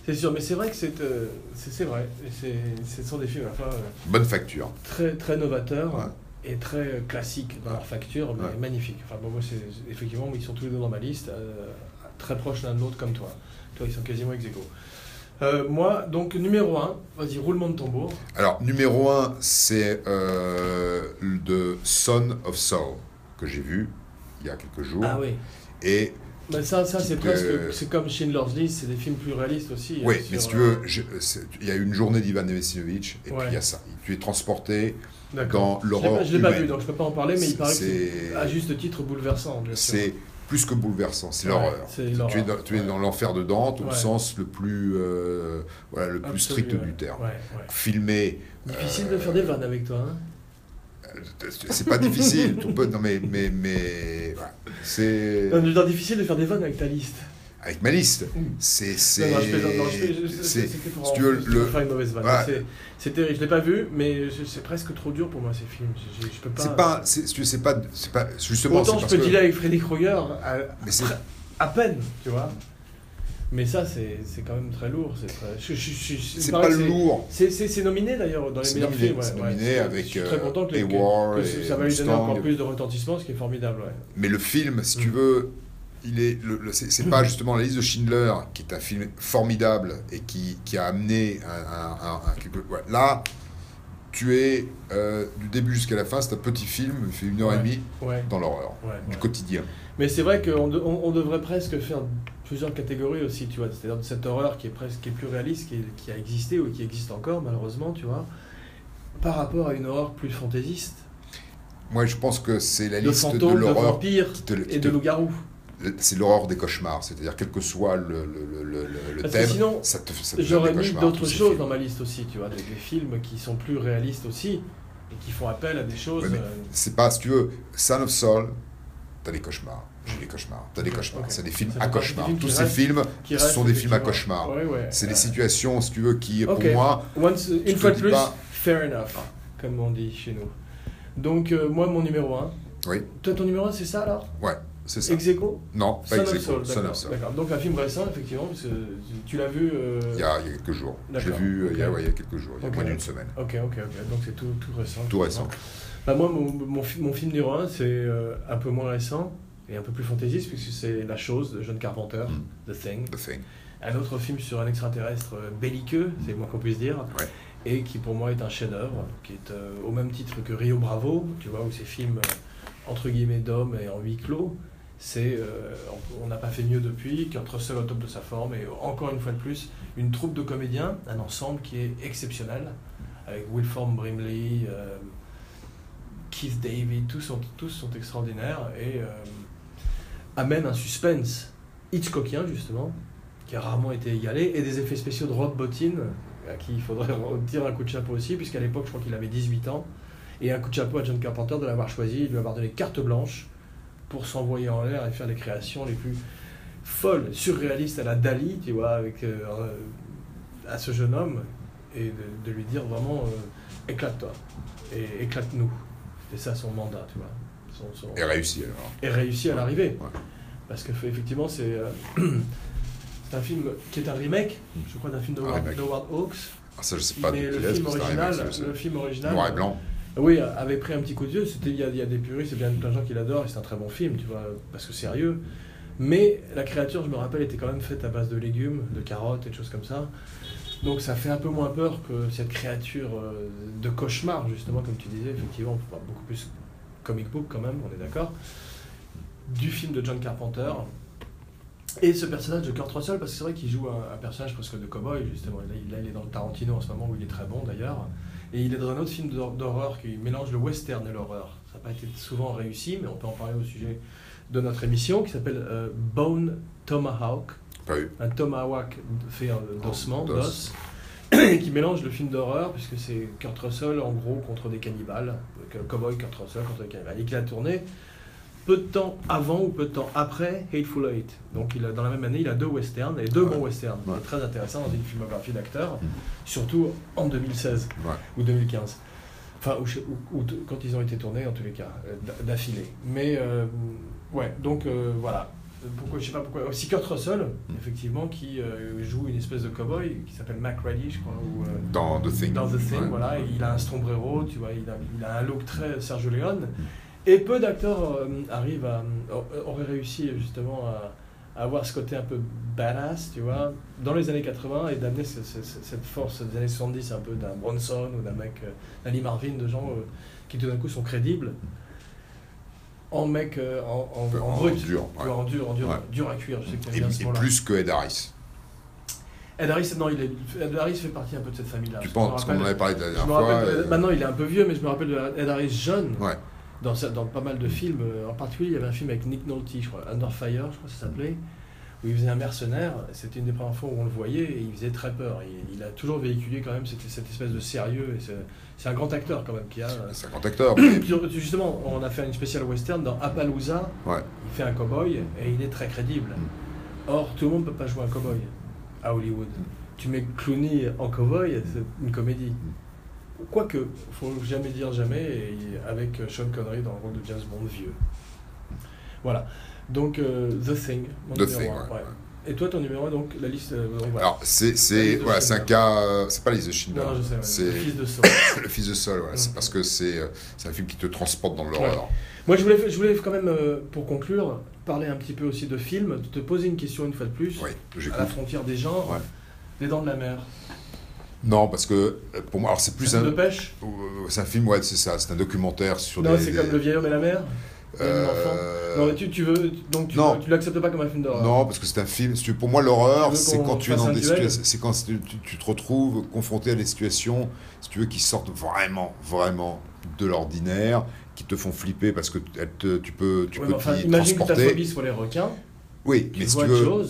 A: C'est sûr, mais c'est vrai que c'est euh, c'est c'est vrai. Et c'est- Ce sont des films à la fois euh,
B: Bonne facture.
A: très, très novateurs
B: Ouais.
A: et très euh, classiques dans
B: Ouais.
A: leur facture, mais
B: Ouais.
A: magnifiques. Enfin, bon, moi, c'est- effectivement, ils sont tous les deux dans ma liste, euh, très proches l'un de l'autre comme toi. Toi, ils sont quasiment ex aequo. Euh, moi, donc numéro 1, vas-y, roulement de tambour.
B: Alors, numéro un, c'est euh, de Son of Saul, que j'ai vu il y a quelques jours.
A: Ah oui.
B: Et
A: Mais Ben, ça, ça c'est
B: Type,
A: presque.
B: euh,
A: C'est comme Schindler's List, c'est des films plus réalistes aussi.
B: Oui,
A: euh,
B: mais
A: sur,
B: si tu
A: euh,
B: veux, je- c'est- il y a eu une journée d'Ivan Nevesinovitch, et
A: Ouais.
B: puis il y a ça. Tu es transporté
A: euh, D'accord. Je
B: dans
A: l'ai pas-
B: l'horreur
A: Je l'ai pas
B: humaine.
A: vu, donc je peux pas en parler, mais il paraît que c'est
B: C'est-
A: à juste titre bouleversant. bien sûr.
B: C'est plus que bouleversant, c'est
A: Ouais,
B: l'horreur.
A: c'est
B: Tu es
A: l'horreur.
B: dans, tu es
A: Ouais.
B: dans l'enfer de Dante, au
A: Ouais.
B: sens le plus, euh, voilà, le plus
A: Absolu,
B: strict
A: ouais.
B: du terme.
A: Ouais, ouais.
B: Filmé,
A: Difficile de faire des vannes avec toi. hein.
B: euh, c'est pas difficile, tout peut, non mais, mais, mais voilà. c'est... euh,
A: Non, je veux dire, difficile de faire des vannes avec ta liste.
B: avec ma liste. C'est. c'est- c'est- si tu veux, le- Ouais.
A: C'est terrible, je l'ai pas vu, mais je- c'est presque trop dur pour moi ces films. Je, je- je peux pas. euh,
B: C'est pas. C'est si tu veux, c'est pas. C'est pas. Justement,
A: Autant
B: c'est
A: je
B: parce
A: peux dealer
B: que.
A: avec Freddy Krueger à,
B: Mais c'est-
A: à peine, tu vois. Mais ça, c'est c'est quand même très lourd. C'est très- je- je- je- je- il
B: C'est
A: paraît
B: pas
A: que c'est-
B: lourd.
A: C'est- C'est c'est nominé d'ailleurs dans les
B: C'est
A: meilleurs
B: nominé,
A: films. ouais,
B: c'est
A: ouais.
B: nominé
A: Je-
B: avec,
A: Je suis
B: euh,
A: très content que, les- que-
B: Hayward
A: que ce-
B: et
A: ça va lui donner
B: Mustang.
A: encore plus de retentissement, ce qui est formidable. ouais.
B: Mais le film, si tu
A: Mm.
B: veux, il est, le, le- c'est, c'est pas justement la liste de Schindler qui est un film formidable et qui, qui a amené un, un- un- un- quelque- ouais. Là, tu es euh, du début jusqu'à la fin, c'est un petit film, il fait une heure
A: Ouais.
B: et demie
A: Ouais.
B: dans l'horreur
A: ouais,
B: du
A: ouais.
B: quotidien.
A: Mais c'est vrai qu'on de- on, on devrait presque faire plusieurs catégories aussi, tu vois. C'est-à-dire de cette horreur qui est presque qui est plus réaliste, qui, est- qui a existé ou qui existe encore malheureusement, tu vois, par rapport à une horreur plus fantaisiste,
B: Moi, je pense que c'est la
A: de
B: liste de
A: fantômes, de,
B: l'horreur.
A: vampires
B: qui te- qui
A: et de
B: te-
A: loups-garous.
B: c'est l'horreur des cauchemars, c'est-à-dire quel que soit le, le- le- le- le- le
A: Parce que
B: thème,
A: sinon,
B: ça te, ça te donne
A: J'aurais
B: des
A: mis
B: cauchemars,
A: d'autres
B: tous ces
A: choses
B: films.
A: dans ma liste aussi, tu vois, des, des films qui sont plus réalistes aussi et qui font appel à des choses.
B: Ouais, mais-
A: euh,
B: C'est pas, si tu veux, Son of Soul, t'as des cauchemars. J'ai des cauchemars, t'as des
A: Ok,
B: cauchemars.
A: ok.
B: C'est des films
A: Ça fait
B: à
A: partie des
B: cauchemars.
A: films qui
B: Tous ces
A: restent-
B: films,
A: qui
B: ce
A: restent,
B: sont des films à
A: effectivement.
B: cauchemars.
A: Ouais, ouais. euh,
B: C'est des
A: Ouais.
B: situations, si tu veux, qui, pour
A: Ok.
B: moi,
A: Once-
B: je
A: une
B: te
A: fois de
B: dis
A: plus,
B: pas-
A: fair enough, comme on dit chez nous. Donc, euh, moi, mon numéro 1.
B: Oui.
A: Toi, ton numéro 1, c'est ça alors
B: ouais, c'est ça.
A: Ex aequo
B: non, pas
A: Son of
B: ex aequo,
A: Soul,
B: Son
A: d'accord,
B: of Soul.
A: D'accord. Donc, un film récent, effectivement, parce que tu l'as vu. euh,
B: Il y, a, il y a quelques jours. J'ai
A: D'accord.
B: vu euh, il, y a,
A: Ok.
B: ouais, il y a quelques jours, il y a
A: Ok.
B: moins d'une semaine.
A: Ok, ok, ok. Donc, c'est tout, tout récent.
B: Tout récent.
A: Bah, moi, mon, mon, fi- mon film numéro 1, c'est euh, un peu moins récent et un peu plus fantaisiste, puisque c'est La Chose de John Carpenter,
B: Mm.
A: The Thing.
B: The Thing.
A: Un autre film sur un extraterrestre euh, belliqueux, c'est le moins qu'on puisse dire,
B: Ouais.
A: et qui pour moi est un chef-d'œuvre, qui est euh, au même titre que Rio Bravo, tu vois, où ces films euh, entre guillemets d'hommes et en huis clos, c'est euh, on- on n'a pas fait mieux depuis qu'entre seul au top de sa forme et encore une fois de plus une troupe de comédiens, un ensemble qui est exceptionnel avec Wilform Brimley, euh, Keith David, tous sont, tous sont extraordinaires et euh, amènent un suspense Hitchcockien justement qui a rarement été égalé, et des effets spéciaux de Rob Bottin, à qui il faudrait tirer un coup de chapeau aussi, puisqu'à l'époque, je crois qu'il avait 18 ans, et un coup de chapeau à John Carpenter de l'avoir choisi, et de lui avoir donné carte blanche pour s'envoyer en l'air et faire les créations les plus folles, surréalistes à la Dali, tu vois, avec, euh, euh, à ce jeune homme, et de, de lui dire vraiment euh, éclate-toi, et éclate-nous. C'était ça son mandat, tu vois. Son- son-
B: Et réussi alors. hein.
A: et réussi à l'arrivée.
B: Ouais.
A: Parce que fait- effectivement, c'est euh, c'est un film qui est un remake, je crois, d'un film
B: Mm. Un
A: d'Howard
B: remake.
A: d'Howard Hawks.
B: Ah, ça, je sais pas
A: mais
B: de qui
A: le
B: il est,
A: film,
B: parce que c'est un
A: original,
B: remake, ça, je
A: le euh,
B: sais.
A: film original, Ah
B: Noir et blanc.
A: oui, avait pris un petit coup de vieux. C'était il y a, il y a des puristes, c'est bien plein de gens qui l'adorent. et C'est un très bon film, tu vois, parce que sérieux. Mais la créature, je me rappelle, était quand même faite à base de légumes, de carottes et de choses comme ça. Donc ça fait un peu moins peur que cette créature euh, de cauchemar, justement, comme tu disais. Effectivement, on parle beaucoup plus comic book quand même, on est d'accord. Du film de John Carpenter. Et ce personnage de Kurt Russell, parce que c'est vrai qu'il joue un, un personnage presque de cowboy, justement. Là, il- là, il est dans le Tarantino en ce moment, où il est très bon d'ailleurs. Et il est dans un autre film d'hor- d'horreur qui mélange le western et l'horreur. Ça n'a pas été souvent réussi, mais on peut en parler au sujet de notre émission, qui s'appelle euh, Bone Tomahawk.
B: Pas eu.
A: Un tomahawk fait euh, d'ossement,
B: D'os.
A: d'os, qui mélange le film d'horreur, puisque c'est Kurt Russell en gros contre des cannibales, donc, le cowboy Kurt Russell contre des cannibales, et qu'il a tourné peu de temps avant ou peu de temps après Hateful Eight. Donc il a, dans la même année, il a deux westerns, et deux
B: Ouais.
A: bons westerns,
B: Ouais.
A: C'est très intéressant dans une filmographie d'acteurs,
B: Mhm.
A: surtout en 2016
B: Ouais.
A: ou 2015. Enfin, ou, chez- ou- ou t- quand ils ont été tournés, en tous les cas, euh, d- d'affilée. Mais, euh, ouais, donc euh, voilà. Pourquoi, je sais pas pourquoi. Aussi Kurt Russell,
B: Mm.
A: effectivement, qui euh, joue une espèce de cowboy qui s'appelle Mac Ready, je crois, ou, euh,
B: Dans The Thing.
A: dans The Thing,
B: Ouais.
A: voilà. et il a un sombrero, tu vois, il a, il a un look très Sergio Leone. Et peu d'acteurs euh, arrivent à, a- auraient réussi justement à, à avoir ce côté un peu badass, tu vois, dans les années 80 et d'amener ce- ce- ce- cette force des années 70 un peu d'un Bronson ou d'un mec, euh, d'un Lee Marvin, de gens euh, qui tout d'un coup sont crédibles en mec, euh, en, en, en
B: En
A: brut,
B: dur,
A: tu vois,
B: ouais.
A: en dur, en dur,
B: Ouais.
A: dur à cuire, je sais que t'aimes
B: Et,
A: bien ce
B: et
A: mot-là.
B: plus que Ed Harris.
A: Ed Harris, non, il est, Ed Harris fait partie un peu de cette famille-là.
B: Tu
A: parce que
B: penses,
A: je me
B: parce
A: rappelle-
B: qu'on en avait parlé de la
A: je
B: dernière
A: me
B: fois.
A: rappelle,
B: euh,
A: maintenant il est un peu vieux, mais je me rappelle de Ed Harris jeune.
B: Ouais.
A: Dans, sa- dans pas mal de films. euh, En particulier, il y avait un film avec Nick Nolte, je crois, Under Fire, je crois que ça s'appelait, où il faisait un mercenaire. C'était une des premières fois où on le voyait et il faisait très peur. Il, il a toujours véhiculé quand même cette, cette espèce de sérieux. et c'est- C'est un grand acteur quand même qui a. euh,
B: C'est un grand acteur. mais-
A: puis, Justement, on a fait une spéciale western dans Appaloosa.
B: Ouais.
A: Il fait un cowboy et il est très crédible.
B: Mm.
A: Or, tout le monde ne peut pas jouer un cowboy à Hollywood. Tu mets Clooney en cowboy, c'est une comédie. Quoique, faut jamais dire jamais, et avec Sean Connery dans le rôle de James Bond vieux. Voilà. Donc, euh, The Thing, mon
B: The
A: numéro
B: Thing,
A: un,
B: ouais,
A: ouais.
B: ouais.
A: Et toi, ton numéro un, donc, la liste. euh, donc, voilà.
B: Alors, c'est
A: Les
B: c'est-
A: deux
B: voilà, c'est un
A: Schindler.
B: cas. euh, c'est pas les The Schindler.
A: non, je sais, ouais, le
B: C'est
A: fils de Saul.
B: Le Fils de Sol, voilà. C'est
A: Mhm.
B: parce que c'est euh, c'est un film qui te transporte dans l'horreur.
A: Moi, je voulais, je voulais quand même, euh, pour conclure, parler un petit peu aussi de films, te poser une question une fois de plus,
B: Oui,
A: à la
B: j'écoute.
A: frontière des genres,
B: Ouais.
A: des dents de la mer.
B: Non, parce que euh, pour moi, alors c'est plus
A: Film de
B: un.
A: pêche
B: euh, C'est un film, ouais, c'est ça. C'est un documentaire sur
A: Non,
B: des.
A: c'est
B: des-
A: comme Le vieil homme et la mer
B: euh,
A: Non, mais tu, tu veux. Donc, tu,
B: non.
A: veux- tu l'acceptes pas comme un film d'horreur
B: Non, parce que c'est un film. si tu veux, Pour moi, l'horreur,
A: Tu veux
B: c'est
A: qu'on
B: quand tu es
A: fasse
B: dans
A: un
B: des
A: duel
B: situations, c'est quand tu, tu- tu te retrouves confronté à des situations, si tu veux, qui sortent vraiment, vraiment de l'ordinaire, qui te font flipper parce que t- elles te- tu peux, tu
A: Ouais,
B: peux
A: mais enfin,
B: t'y
A: imagine que ta
B: transporter.
A: phobie soit les requins,
B: oui,
A: tu
B: mais si
A: vois
B: tu veux,
A: Jaws.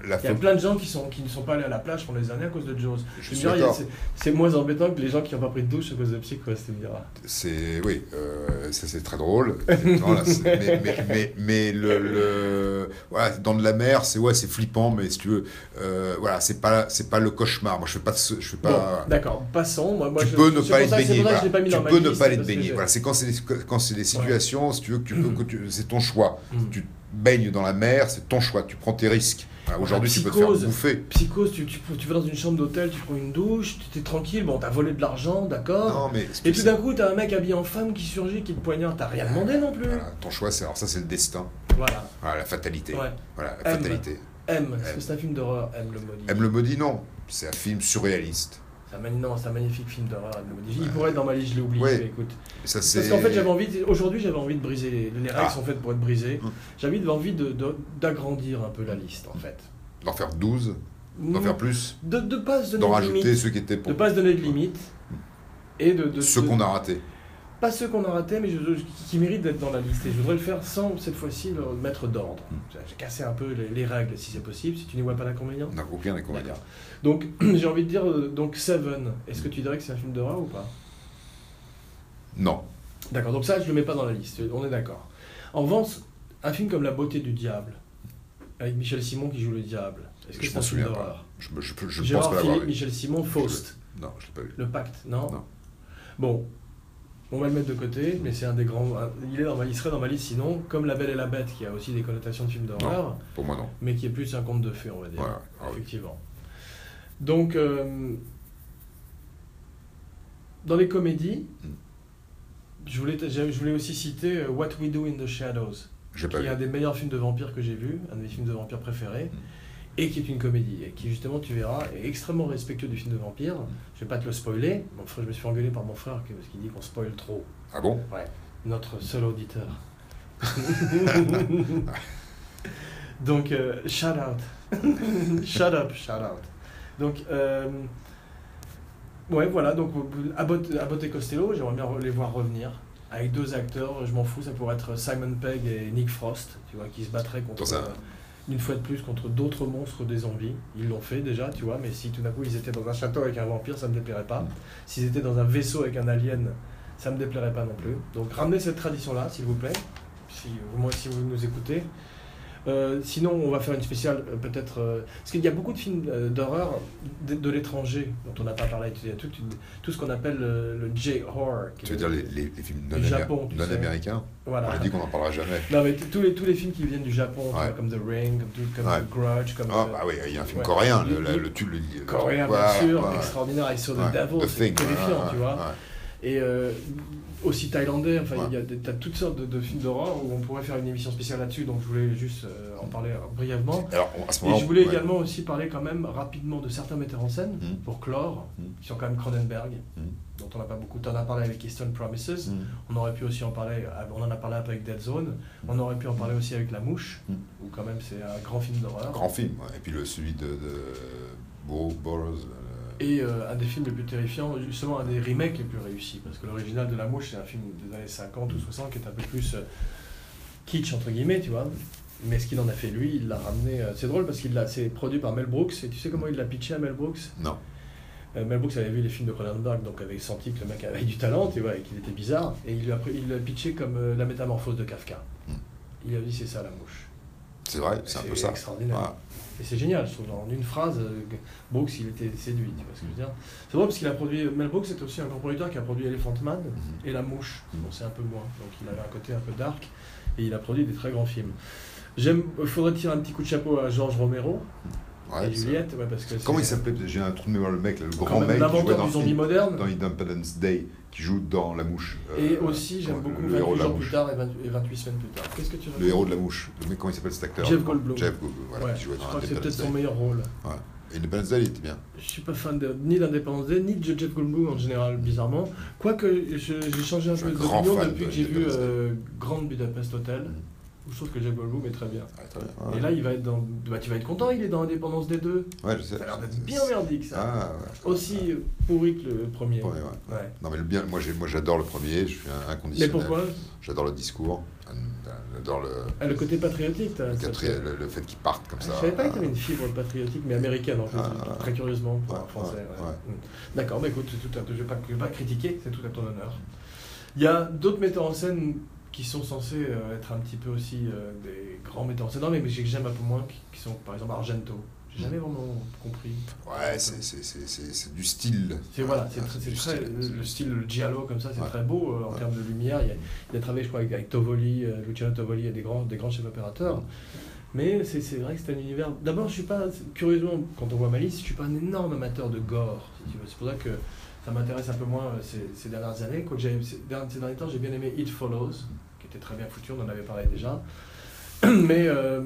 B: la
A: Il y a
B: phobie.
A: plein de gens qui, sont, qui ne sont pas allés à la plage pendant des années à cause de Jaws.
B: Je
A: Tu me
B: suis
A: diras, il y a-
B: d'accord.
A: c'est- c'est moins embêtant que les gens qui n'ont pas pris de douche à cause de psychose, tu me diras.
B: C'est oui, euh, ça c'est très drôle. effectivement, là, c'est- mais, mais, mais- mais le, le- voilà, dans de la mer, c'est ouais, c'est flippant, mais si tu veux, euh, voilà, c'est pas c'est pas le cauchemar. Moi, je fais pas, de ce- je fais
A: Bon,
B: pas.
A: d'accord, passons. Moi, moi,
B: Bah, tu
A: je-
B: peux ne
A: c'est
B: pas
A: pour
B: les
A: ça- c'est pour
B: baigner.
A: ça que
B: voilà.
A: je l'ai pas mis
B: Tu
A: dans ma
B: peux ne
A: liste,
B: pas les
A: parce que
B: baigner.
A: j'ai-
B: Voilà, c'est quand c'est des, quand c'est des situations, si tu veux, que tu peux, que tu- c'est ton choix.
A: Mhm.
B: Tu baignes dans la mer, c'est ton choix. Tu prends tes risques. Voilà, Aujourd'hui, tu peux te faire
A: psychose.
B: bouffer.
A: Psychose, tu, tu, tu vas dans une chambre d'hôtel, tu prends une douche, tu t'es tranquille, bon, t'as volé de l'argent, d'accord.
B: Non, mais
A: Ah. Et tout d'un coup, t'as un mec habillé en femme qui surgit, qui te poignarde, t'as rien demandé non plus.
B: Voilà, ton choix, c'est alors ça, c'est le destin.
A: Voilà.
B: Voilà, la fatalité.
A: Ouais.
B: Voilà, la
A: M.
B: fatalité.
A: M, est-ce que c'est un film d'horreur, M le maudit
B: M le maudit, non. C'est un film surréaliste.
A: C'est un, magn- non, c'est un magnifique film d'horreur, M le maudit. Il pourrait être dans ma liste, je l'ai oublié,
B: Ouais.
A: mais écoute.
B: Ça,
A: Parce
B: c'est.
A: qu'en fait, j'avais envie, de- aujourd'hui, j'avais envie de briser, les, les règles
B: Ah.
A: sont faites pour être brisées.
B: Mm.
A: J'avais envie de- de- d'agrandir un peu la liste, en fait. Mm.
B: D'en faire 12, d'en faire plus,
A: De ne pas se donner
B: d'en
A: de
B: rajouter
A: limites.
B: ceux qui étaient pour.
A: De pas se donner de limites. Et de, de,
B: Ceux
A: de-
B: Mm. qu'on a ratés.
A: Pas ceux qu'on a ratés, mais je, je- qui, qui méritent d'être dans la liste. Et je voudrais le faire sans, cette fois-ci, le mettre d'ordre.
B: Mm.
A: J'ai cassé un peu les, les règles, si c'est possible, si tu n'y vois pas d'inconvénient.
B: On n'a aucun inconvénient.
A: D'accord. Donc, j'ai envie de dire, euh, donc Seven, est-ce que tu dirais que c'est un film d'horreur ou pas
B: Non.
A: D'accord, donc ça, je le mets pas dans la liste, on est d'accord. En revanche, un film comme La beauté du diable, avec Michel Simon qui joue le diable, est-ce que
B: Je
A: c'est
B: m'en
A: un film
B: souviens pas.
A: d'horreur
B: Je, me- je, je pense
A: Gérard
B: pas l'avoir
A: Philippe,
B: vu.
A: Michel Simon, Faust,
B: Non, je l'ai pas vu.
A: Le Pacte, non
B: Non.
A: Bon, on va le mettre de côté, mais c'est un des grands. un- Il, est dans ma, il serait dans ma liste sinon, comme La Belle et la Bête, qui a aussi des connotations de film d'horreur,
B: Pour moi, non.
A: mais qui est plus un conte de fées, on va dire.
B: Voilà. Ah oui.
A: Effectivement. Donc, euh, dans les comédies,
B: Mm.
A: je voulais, je voulais aussi citer euh, What We Do in the Shadows,
B: J'ai
A: qui
B: pas
A: est
B: vu.
A: un des meilleurs films de vampires que j'ai vu, un de mes films de vampires préférés,
B: Mm.
A: et qui est une comédie, et qui justement, tu verras, est extrêmement respectueux du film de vampire.
B: Mm.
A: Je vais pas te le spoiler, mon frère, je me suis fait engueuler par mon frère qui- parce qu'il dit qu'on spoil trop,
B: Ah bon
A: notre seul auditeur. Donc, euh, shout out. shout up, shout out. Donc, euh, ouais, voilà. Donc, Abbott, Abbott et Costello, j'aimerais bien les voir revenir. Avec deux acteurs, je m'en fous, ça pourrait être Simon Pegg et Nick Frost, tu vois, qui se battraient contre.
B: Dans un-
A: euh, une fois de plus, contre d'autres monstres des zombies. Ils l'ont fait déjà, tu vois, mais si tout d'un coup ils étaient dans un château avec un vampire, ça me déplairait pas.
B: Mm.
A: S'ils étaient dans un vaisseau avec un alien, ça me déplairait pas non plus. Donc, ramenez cette tradition-là, s'il vous plaît, si, moi, si vous nous écoutez. Euh, sinon, on va faire une spéciale, euh, peut-être. euh, parce qu'il y a beaucoup de films euh, d'horreur de, de l'étranger dont on n'a pas parlé. Il y a tout, une- tout ce qu'on appelle euh, le J-horror. qui
B: Tu veux
A: est-
B: dire les, les, les films non,
A: Du
B: amé-
A: Japon, tu
B: non
A: sais.
B: américains On
A: Voilà.
B: a dit qu'on n'en parlera jamais.
A: Non, mais t- tous les, tous les films qui viennent du Japon, tu
B: Ouais.
A: vois, comme The Ring, comme, tout- comme
B: Ouais.
A: The Grudge, comme.
B: Ah,
A: euh,
B: bah oui, il y a un film
A: ouais.
B: coréen, le,
A: Le-
B: le, le, tu- le, le-
A: Coréen,
B: voilà,
A: bien sûr,
B: voilà.
A: extraordinaire, ils sont de
B: Ouais,
A: Davos,
B: The
A: c'est
B: Thing,
A: terrifiant,
B: ouais,
A: tu vois.
B: ouais, ouais.
A: Et euh, aussi thaïlandais, enfin,
B: Ouais.
A: il y a des- t'as toutes sortes de, de films d'horreur où on pourrait faire une émission spéciale là-dessus, donc je voulais juste euh, en parler euh, brièvement.
B: Alors, on- à
A: Et
B: ce moment
A: je voulais
B: ouais.
A: également aussi parler quand même rapidement de certains metteurs en scène,
B: Mm.
A: pour clore,
B: Mm.
A: qui sont quand même Cronenberg,
B: Mm.
A: dont on n'a pas beaucoup, t'en as parlé avec Easton Promises,
B: Mm.
A: on aurait pu aussi en parler, euh, on en a parlé un peu avec Dead Zone, on aurait pu en parler aussi avec La Mouche,
B: Mm.
A: où quand même c'est un grand film d'horreur.
B: Grand film. ouais. Et puis le, celui de, de Bo- Burroughs, le-
A: Et euh, un des films les plus terrifiants, justement un des remakes les plus réussis, parce que l'original de La Mouche, c'est un film des années 50 ou 60 qui est un peu plus euh, kitsch, entre guillemets, tu vois. Mais ce qu'il en a fait lui, il l'a ramené. euh, c'est drôle parce qu'il l'a, c'est produit par Mel Brooks, et tu sais comment il l'a pitché à Mel Brooks
B: Non.
A: Euh, Mel Brooks avait vu les films de Cronenberg, donc avait senti que le mec avait du talent, tu vois, et qu'il était bizarre, et il lui a, pris- il l'a pitché comme euh, La métamorphose de Kafka.
B: Mm.
A: Il a dit c'est ça La Mouche.
B: C'est vrai, c'est un peu ça.
A: extraordinaire.
B: Voilà.
A: Et c'est génial, je trouve. En une phrase, euh, Brooks, il était séduit. Tu vois ce que je veux dire C'est vrai parce qu'il a produit. Mel Brooks, c'est aussi un grand producteur qui a produit Elephant Man et La Mouche.
B: Mhm.
A: Bon, c'est un peu moins. Donc il avait un côté un peu dark et il a produit des très grands films. J'aime. Il faudrait tirer un petit coup de chapeau à Georges Romero
B: Ouais,
A: et
B: Ah c'est-
A: Juliette, ouais, parce que.
B: Comment il
A: c'est-
B: s'appelait peut-être J'ai un trou de mémoire, le mec, là, le
A: quand
B: grand
A: même
B: mec qui jouait
A: L'inventeur
B: dans,
A: du zombie
B: In-
A: moderne.
B: dans euh, Independence Day, qui joue dans La Mouche.
A: Et
B: euh,
A: aussi, j'aime
B: comment-
A: beaucoup
B: le héros
A: 28
B: de La
A: jours plus
B: Mouche.
A: tard et 20 et 28 semaines plus tard. Qu'est-ce que tu veux
B: Le héros de La Mouche. Le mec, comment il s'appelle cet acteur
A: Jeff Goldblum.
B: Jeff Goldblum, voilà,
A: Ouais,
B: qui
A: je
B: jouait dans
A: crois que c'est peut-être
B: Independence Day.
A: son meilleur rôle.
B: Et Independence Day, il était bien.
A: Je suis pas fan de- ni d'Independence Day, ni de Jeff Goldblum en général, bizarrement. Quoique je- j'ai changé un
B: Je suis
A: peu
B: un grand
A: d'opinion
B: fan
A: depuis
B: de
A: que j'ai vu
B: Independence Day.
A: euh, Grand Budapest Hotel,
B: Mhm.
A: où je trouve que Jeff Goldblum est très bien.
B: Ouais, très bien. Ouais.
A: Et là, il va être dans. bah, tu vas être content, il est dans Indépendance Day 2.
B: Ouais, je sais.
A: Ça a l'air d'être bien merdique, ça.
B: Ah, ouais.
A: Aussi pourri que le premier.
B: Ouais, ouais.
A: Ouais.
B: Non mais le bien, moi j'ai- moi, j'adore le premier, je suis un-
A: Mais
B: inconditionnel.
A: pourquoi
B: J'adore le discours, j'adore le,
A: Ah, Le côté patriotique, t'as-
B: le,
A: ça-
B: quatrième- le- le fait qu'il parte comme
A: Ah,
B: ça.
A: Je savais pas que tu avais une fibre patriotique, mais américaine en fait,
B: Ah, ah,
A: très curieusement pour
B: ouais,
A: un français.
B: ouais,
A: ouais.
B: ouais.
A: Mm. D'accord, bah écoute, c'est tout à je vais pas, je vais pas critiquer, c'est tout à ton honneur. Il y a d'autres metteurs en scène qui sont censés euh, être un petit peu aussi euh, des grands metteurs en scène, non, mais, mais j'ai- que j'aime un peu moins, qui, qui sont par exemple Argento.
B: Mm.
A: J'ai jamais vraiment compris.
B: Ouais, c'est- c'est- c'est c'est- c'est du style.
A: C'est voilà, c'est
B: Ouais,
A: très, c'est
B: du
A: très-
B: style.
A: le, le style le giallo comme ça, c'est
B: Ouais.
A: très beau euh, en
B: Ouais.
A: termes de lumière. Il y a, il a travaillé, je crois, avec, avec Tovoli, euh, Luciano Tovoli, il y a des grands, des grands chefs opérateurs. Mais c'est c'est vrai que c'est un univers. D'abord, je suis pas, curieusement, quand on voit Malice, je suis pas un énorme amateur de gore. si tu veux. C'est pour ça que ça m'intéresse un peu moins euh, ces, ces dernières années. Quoique j'ai- ces, derniers, ces derniers temps, j'ai bien aimé It Follows, qui était très bien foutu, on en avait parlé déjà. Mais euh,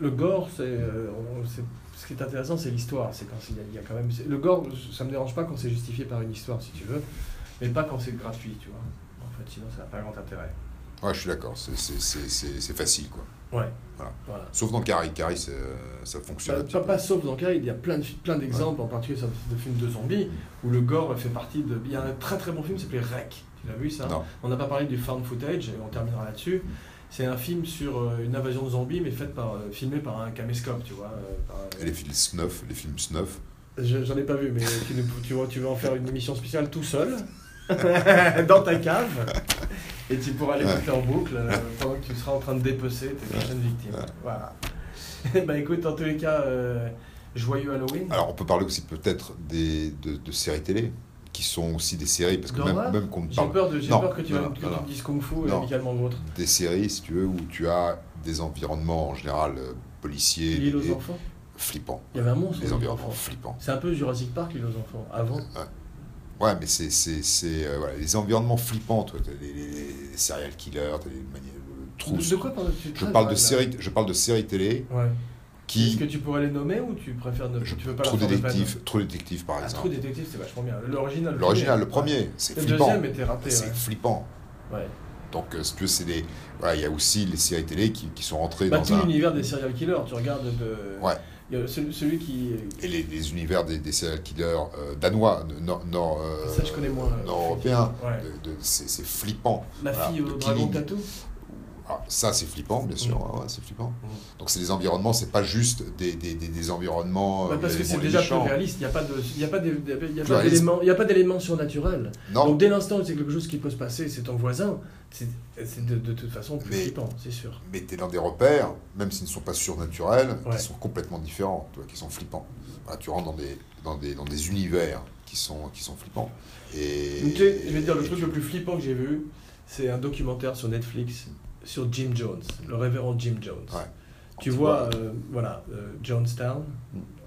A: le gore, c'est, euh, on- c'est- ce qui est intéressant, c'est l'histoire. C'est quand il y a- il y a quand même, c'est- le gore, ça me dérange pas quand c'est justifié par une histoire, si tu veux, mais pas quand c'est gratuit, tu vois. En fait, sinon, ça n'a pas grand intérêt.
B: Ouais, je suis d'accord, c'est- c'est c'est- c'est- c'est facile quoi.
A: Ouais.
B: Voilà.
A: Voilà.
B: Sauf dans Carrie, Carrie c'est, euh, ça fonctionne. un
A: Bah,
B: petit
A: pas,
B: peu.
A: pas sauf dans le cas, il y a plein de fi- plein d'exemples, en particulier sur de films de zombies, où le gore fait partie de. Il y a un très très bon film qui s'appelait Rec. Tu l'as vu ça
B: Non.
A: On n'a pas parlé du found footage, et on terminera là-dessus. C'est un film sur euh, une invasion de zombies, mais faite par, euh, filmée par un caméscope, tu vois. euh, par un-
B: Et les films snuff, les films snuff.
A: Je- J'en ai pas vu, mais tu, nous- tu vois, tu vas en faire une émission spéciale tout seul, dans ta cave, et tu pourras les écouter en boucle euh, pendant que tu seras en train de dépecer tes prochaines victimes. Voilà. bah écoute, en tous les cas, euh, joyeux Halloween.
B: Alors on peut parler aussi peut-être des de, de séries télé qui sont aussi des séries parce que même,
A: D'horreur
B: même qu'on
A: J'ai
B: parle
A: peur, de, j'ai
B: non,
A: peur que tu,
B: non,
A: que tu
B: non,
A: me
B: non.
A: dises Kung Fu et
B: Non.
A: amicalement vôtre.
B: des séries si tu veux où tu as des environnements en général euh, policiers
A: L'île aux
B: et-
A: enfants
B: flippants.
A: Il y avait un monstre. hein.
B: Des
A: l'île aux
B: environnements
A: enfants.
B: flippants.
A: C'est un peu Jurassic Park, l'île aux enfants, avant.
B: Ouais, mais c'est c'est- c'est, euh, voilà, les environnements flippants, toi. T'as les, les- les serial killers, t'as les mani- le trou-
A: De, de quoi parles-tu
B: Je
A: Très
B: parle de
A: vague, là.
B: séries, je parle de séries télé
A: Ouais. Est-ce
B: qui
A: que tu pourrais les nommer ou tu préfères ne
B: je-
A: tu veux pas
B: Trou
A: leur faire de peine
B: détective, Trou détective par
A: Ah,
B: exemple.
A: Trou détective, c'est vachement bien. L'original.
B: L'original, le
A: premier.
B: premier, c'est
A: Le
B: flippant.
A: deuxième était raté.
B: C'est
A: ouais.
B: flippant.
A: Ouais.
B: Donc, euh, si tu veux, c'est des. Voilà, il y a aussi les séries télé qui, qui sont rentrées
A: Bah,
B: dans
A: tout
B: un.
A: l'univers des serial killers, tu regardes de.
B: Ouais.
A: Il y a celui, celui qui.
B: Et les, les univers des, des serial killers euh, danois, de- nord, nord, euh,
A: Ça, je connais moins, là,
B: nord-européens.
A: Ouais.
B: De- de- c'est c'est flippant.
A: La
B: Voilà,
A: fille
B: de
A: au dragon
B: Killing. Oh,
A: tatou.
B: Ah, ça, c'est flippant, bien sûr. Ah
A: Mm.
B: ouais, ouais, c'est flippant.
A: Mm.
B: Donc, c'est des environnements, c'est pas juste des, des, des, des environnements.
A: Bah,
B: euh,
A: parce
B: les
A: que c'est
B: bons et les
A: déjà plus
B: méchants.
A: réaliste. Il n'y a pas de, il y a pas des- des- il y a
B: Plus
A: pas
B: réaliste.
A: d'éléments, il y a pas d'éléments surnaturels.
B: Non,
A: Donc dès l'instant où c'est quelque chose qui peut se passer, c'est ton voisin. C'est c'est de, de toute façon plus
B: Mais-
A: flippant, c'est sûr.
B: mais t'es dans des repères, même s'ils ne sont pas surnaturels,
A: Ouais.
B: qui sont complètement différents, tu vois, qui sont flippants. Voilà, tu rentres dans des, dans des, dans des univers qui sont, qui sont flippants. Et,
A: Tu sais, je vais te dire, le
B: et
A: truc
B: tu-
A: le plus flippant que j'ai vu, c'est un documentaire sur Netflix sur Jim Jones, le révérend Jim Jones.
B: Ouais.
A: Tu vois, euh, voilà, euh, Jonestown,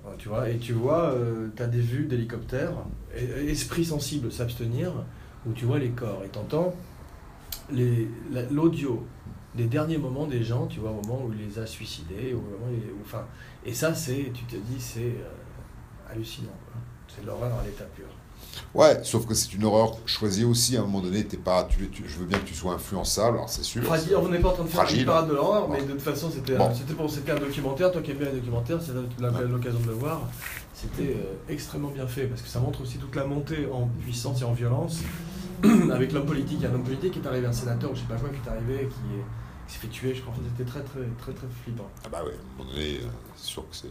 A: hein, tu vois, et tu vois, tu as des vues d'hélicoptères, et- et esprit sensible s'abstenir, où tu vois les corps, et t'entends les- la- l'audio des derniers moments des gens, tu vois, au moment où il les a suicidés, au moment où il- où- enfin, et ça, c'est, tu te dis, c'est euh, hallucinant, quoi. c'est l'horreur à l'état pur.
B: Ouais, sauf que c'est une horreur choisie aussi. À un moment donné, t'es pas, tu, tu- je veux bien que tu sois influençable, alors c'est sûr.
A: Fragile, on n'est pas en train de faire
B: Fragile.
A: une parade de l'horreur, mais
B: Bon.
A: de toute façon, c'était
B: Bon.
A: c'était pour c'était un documentaire. Toi qui aimes bien les documentaires, c'est la- la- l'occasion de le voir. C'était euh, extrêmement bien fait parce que ça montre aussi toute la montée en puissance et en violence avec l'homme politique. Il y a un homme politique qui est arrivé, un sénateur ou je sais pas quoi qui est arrivé, et qui, est- qui s'est fait tuer. Je crois que c'était très très très très flippant.
B: Ah bah ouais, à un moment donné, euh, c'est sûr que c'est.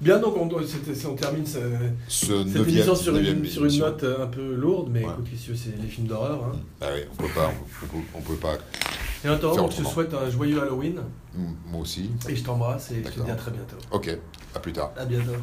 A: Bien donc, on, doit- c'était- c'est- on termine ce-
B: Ce
A: cette
B: neuvième,
A: émission sur
B: neuvième
A: une, sur une
B: émission.
A: note euh, un peu lourde, mais
B: Ouais. Mm.
A: écoute, qu'est-ce que c'est les films d'horreur. hein.
B: Bah ouais, on peut pas, on peut, on peut pas
A: Et en attendant, je te
B: autrement.
A: souhaite un joyeux Halloween
B: M- Moi aussi.
A: et je t'embrasse et je te dis à
B: D'accord.
A: très bientôt.
B: Ok, à plus tard.
A: À bientôt.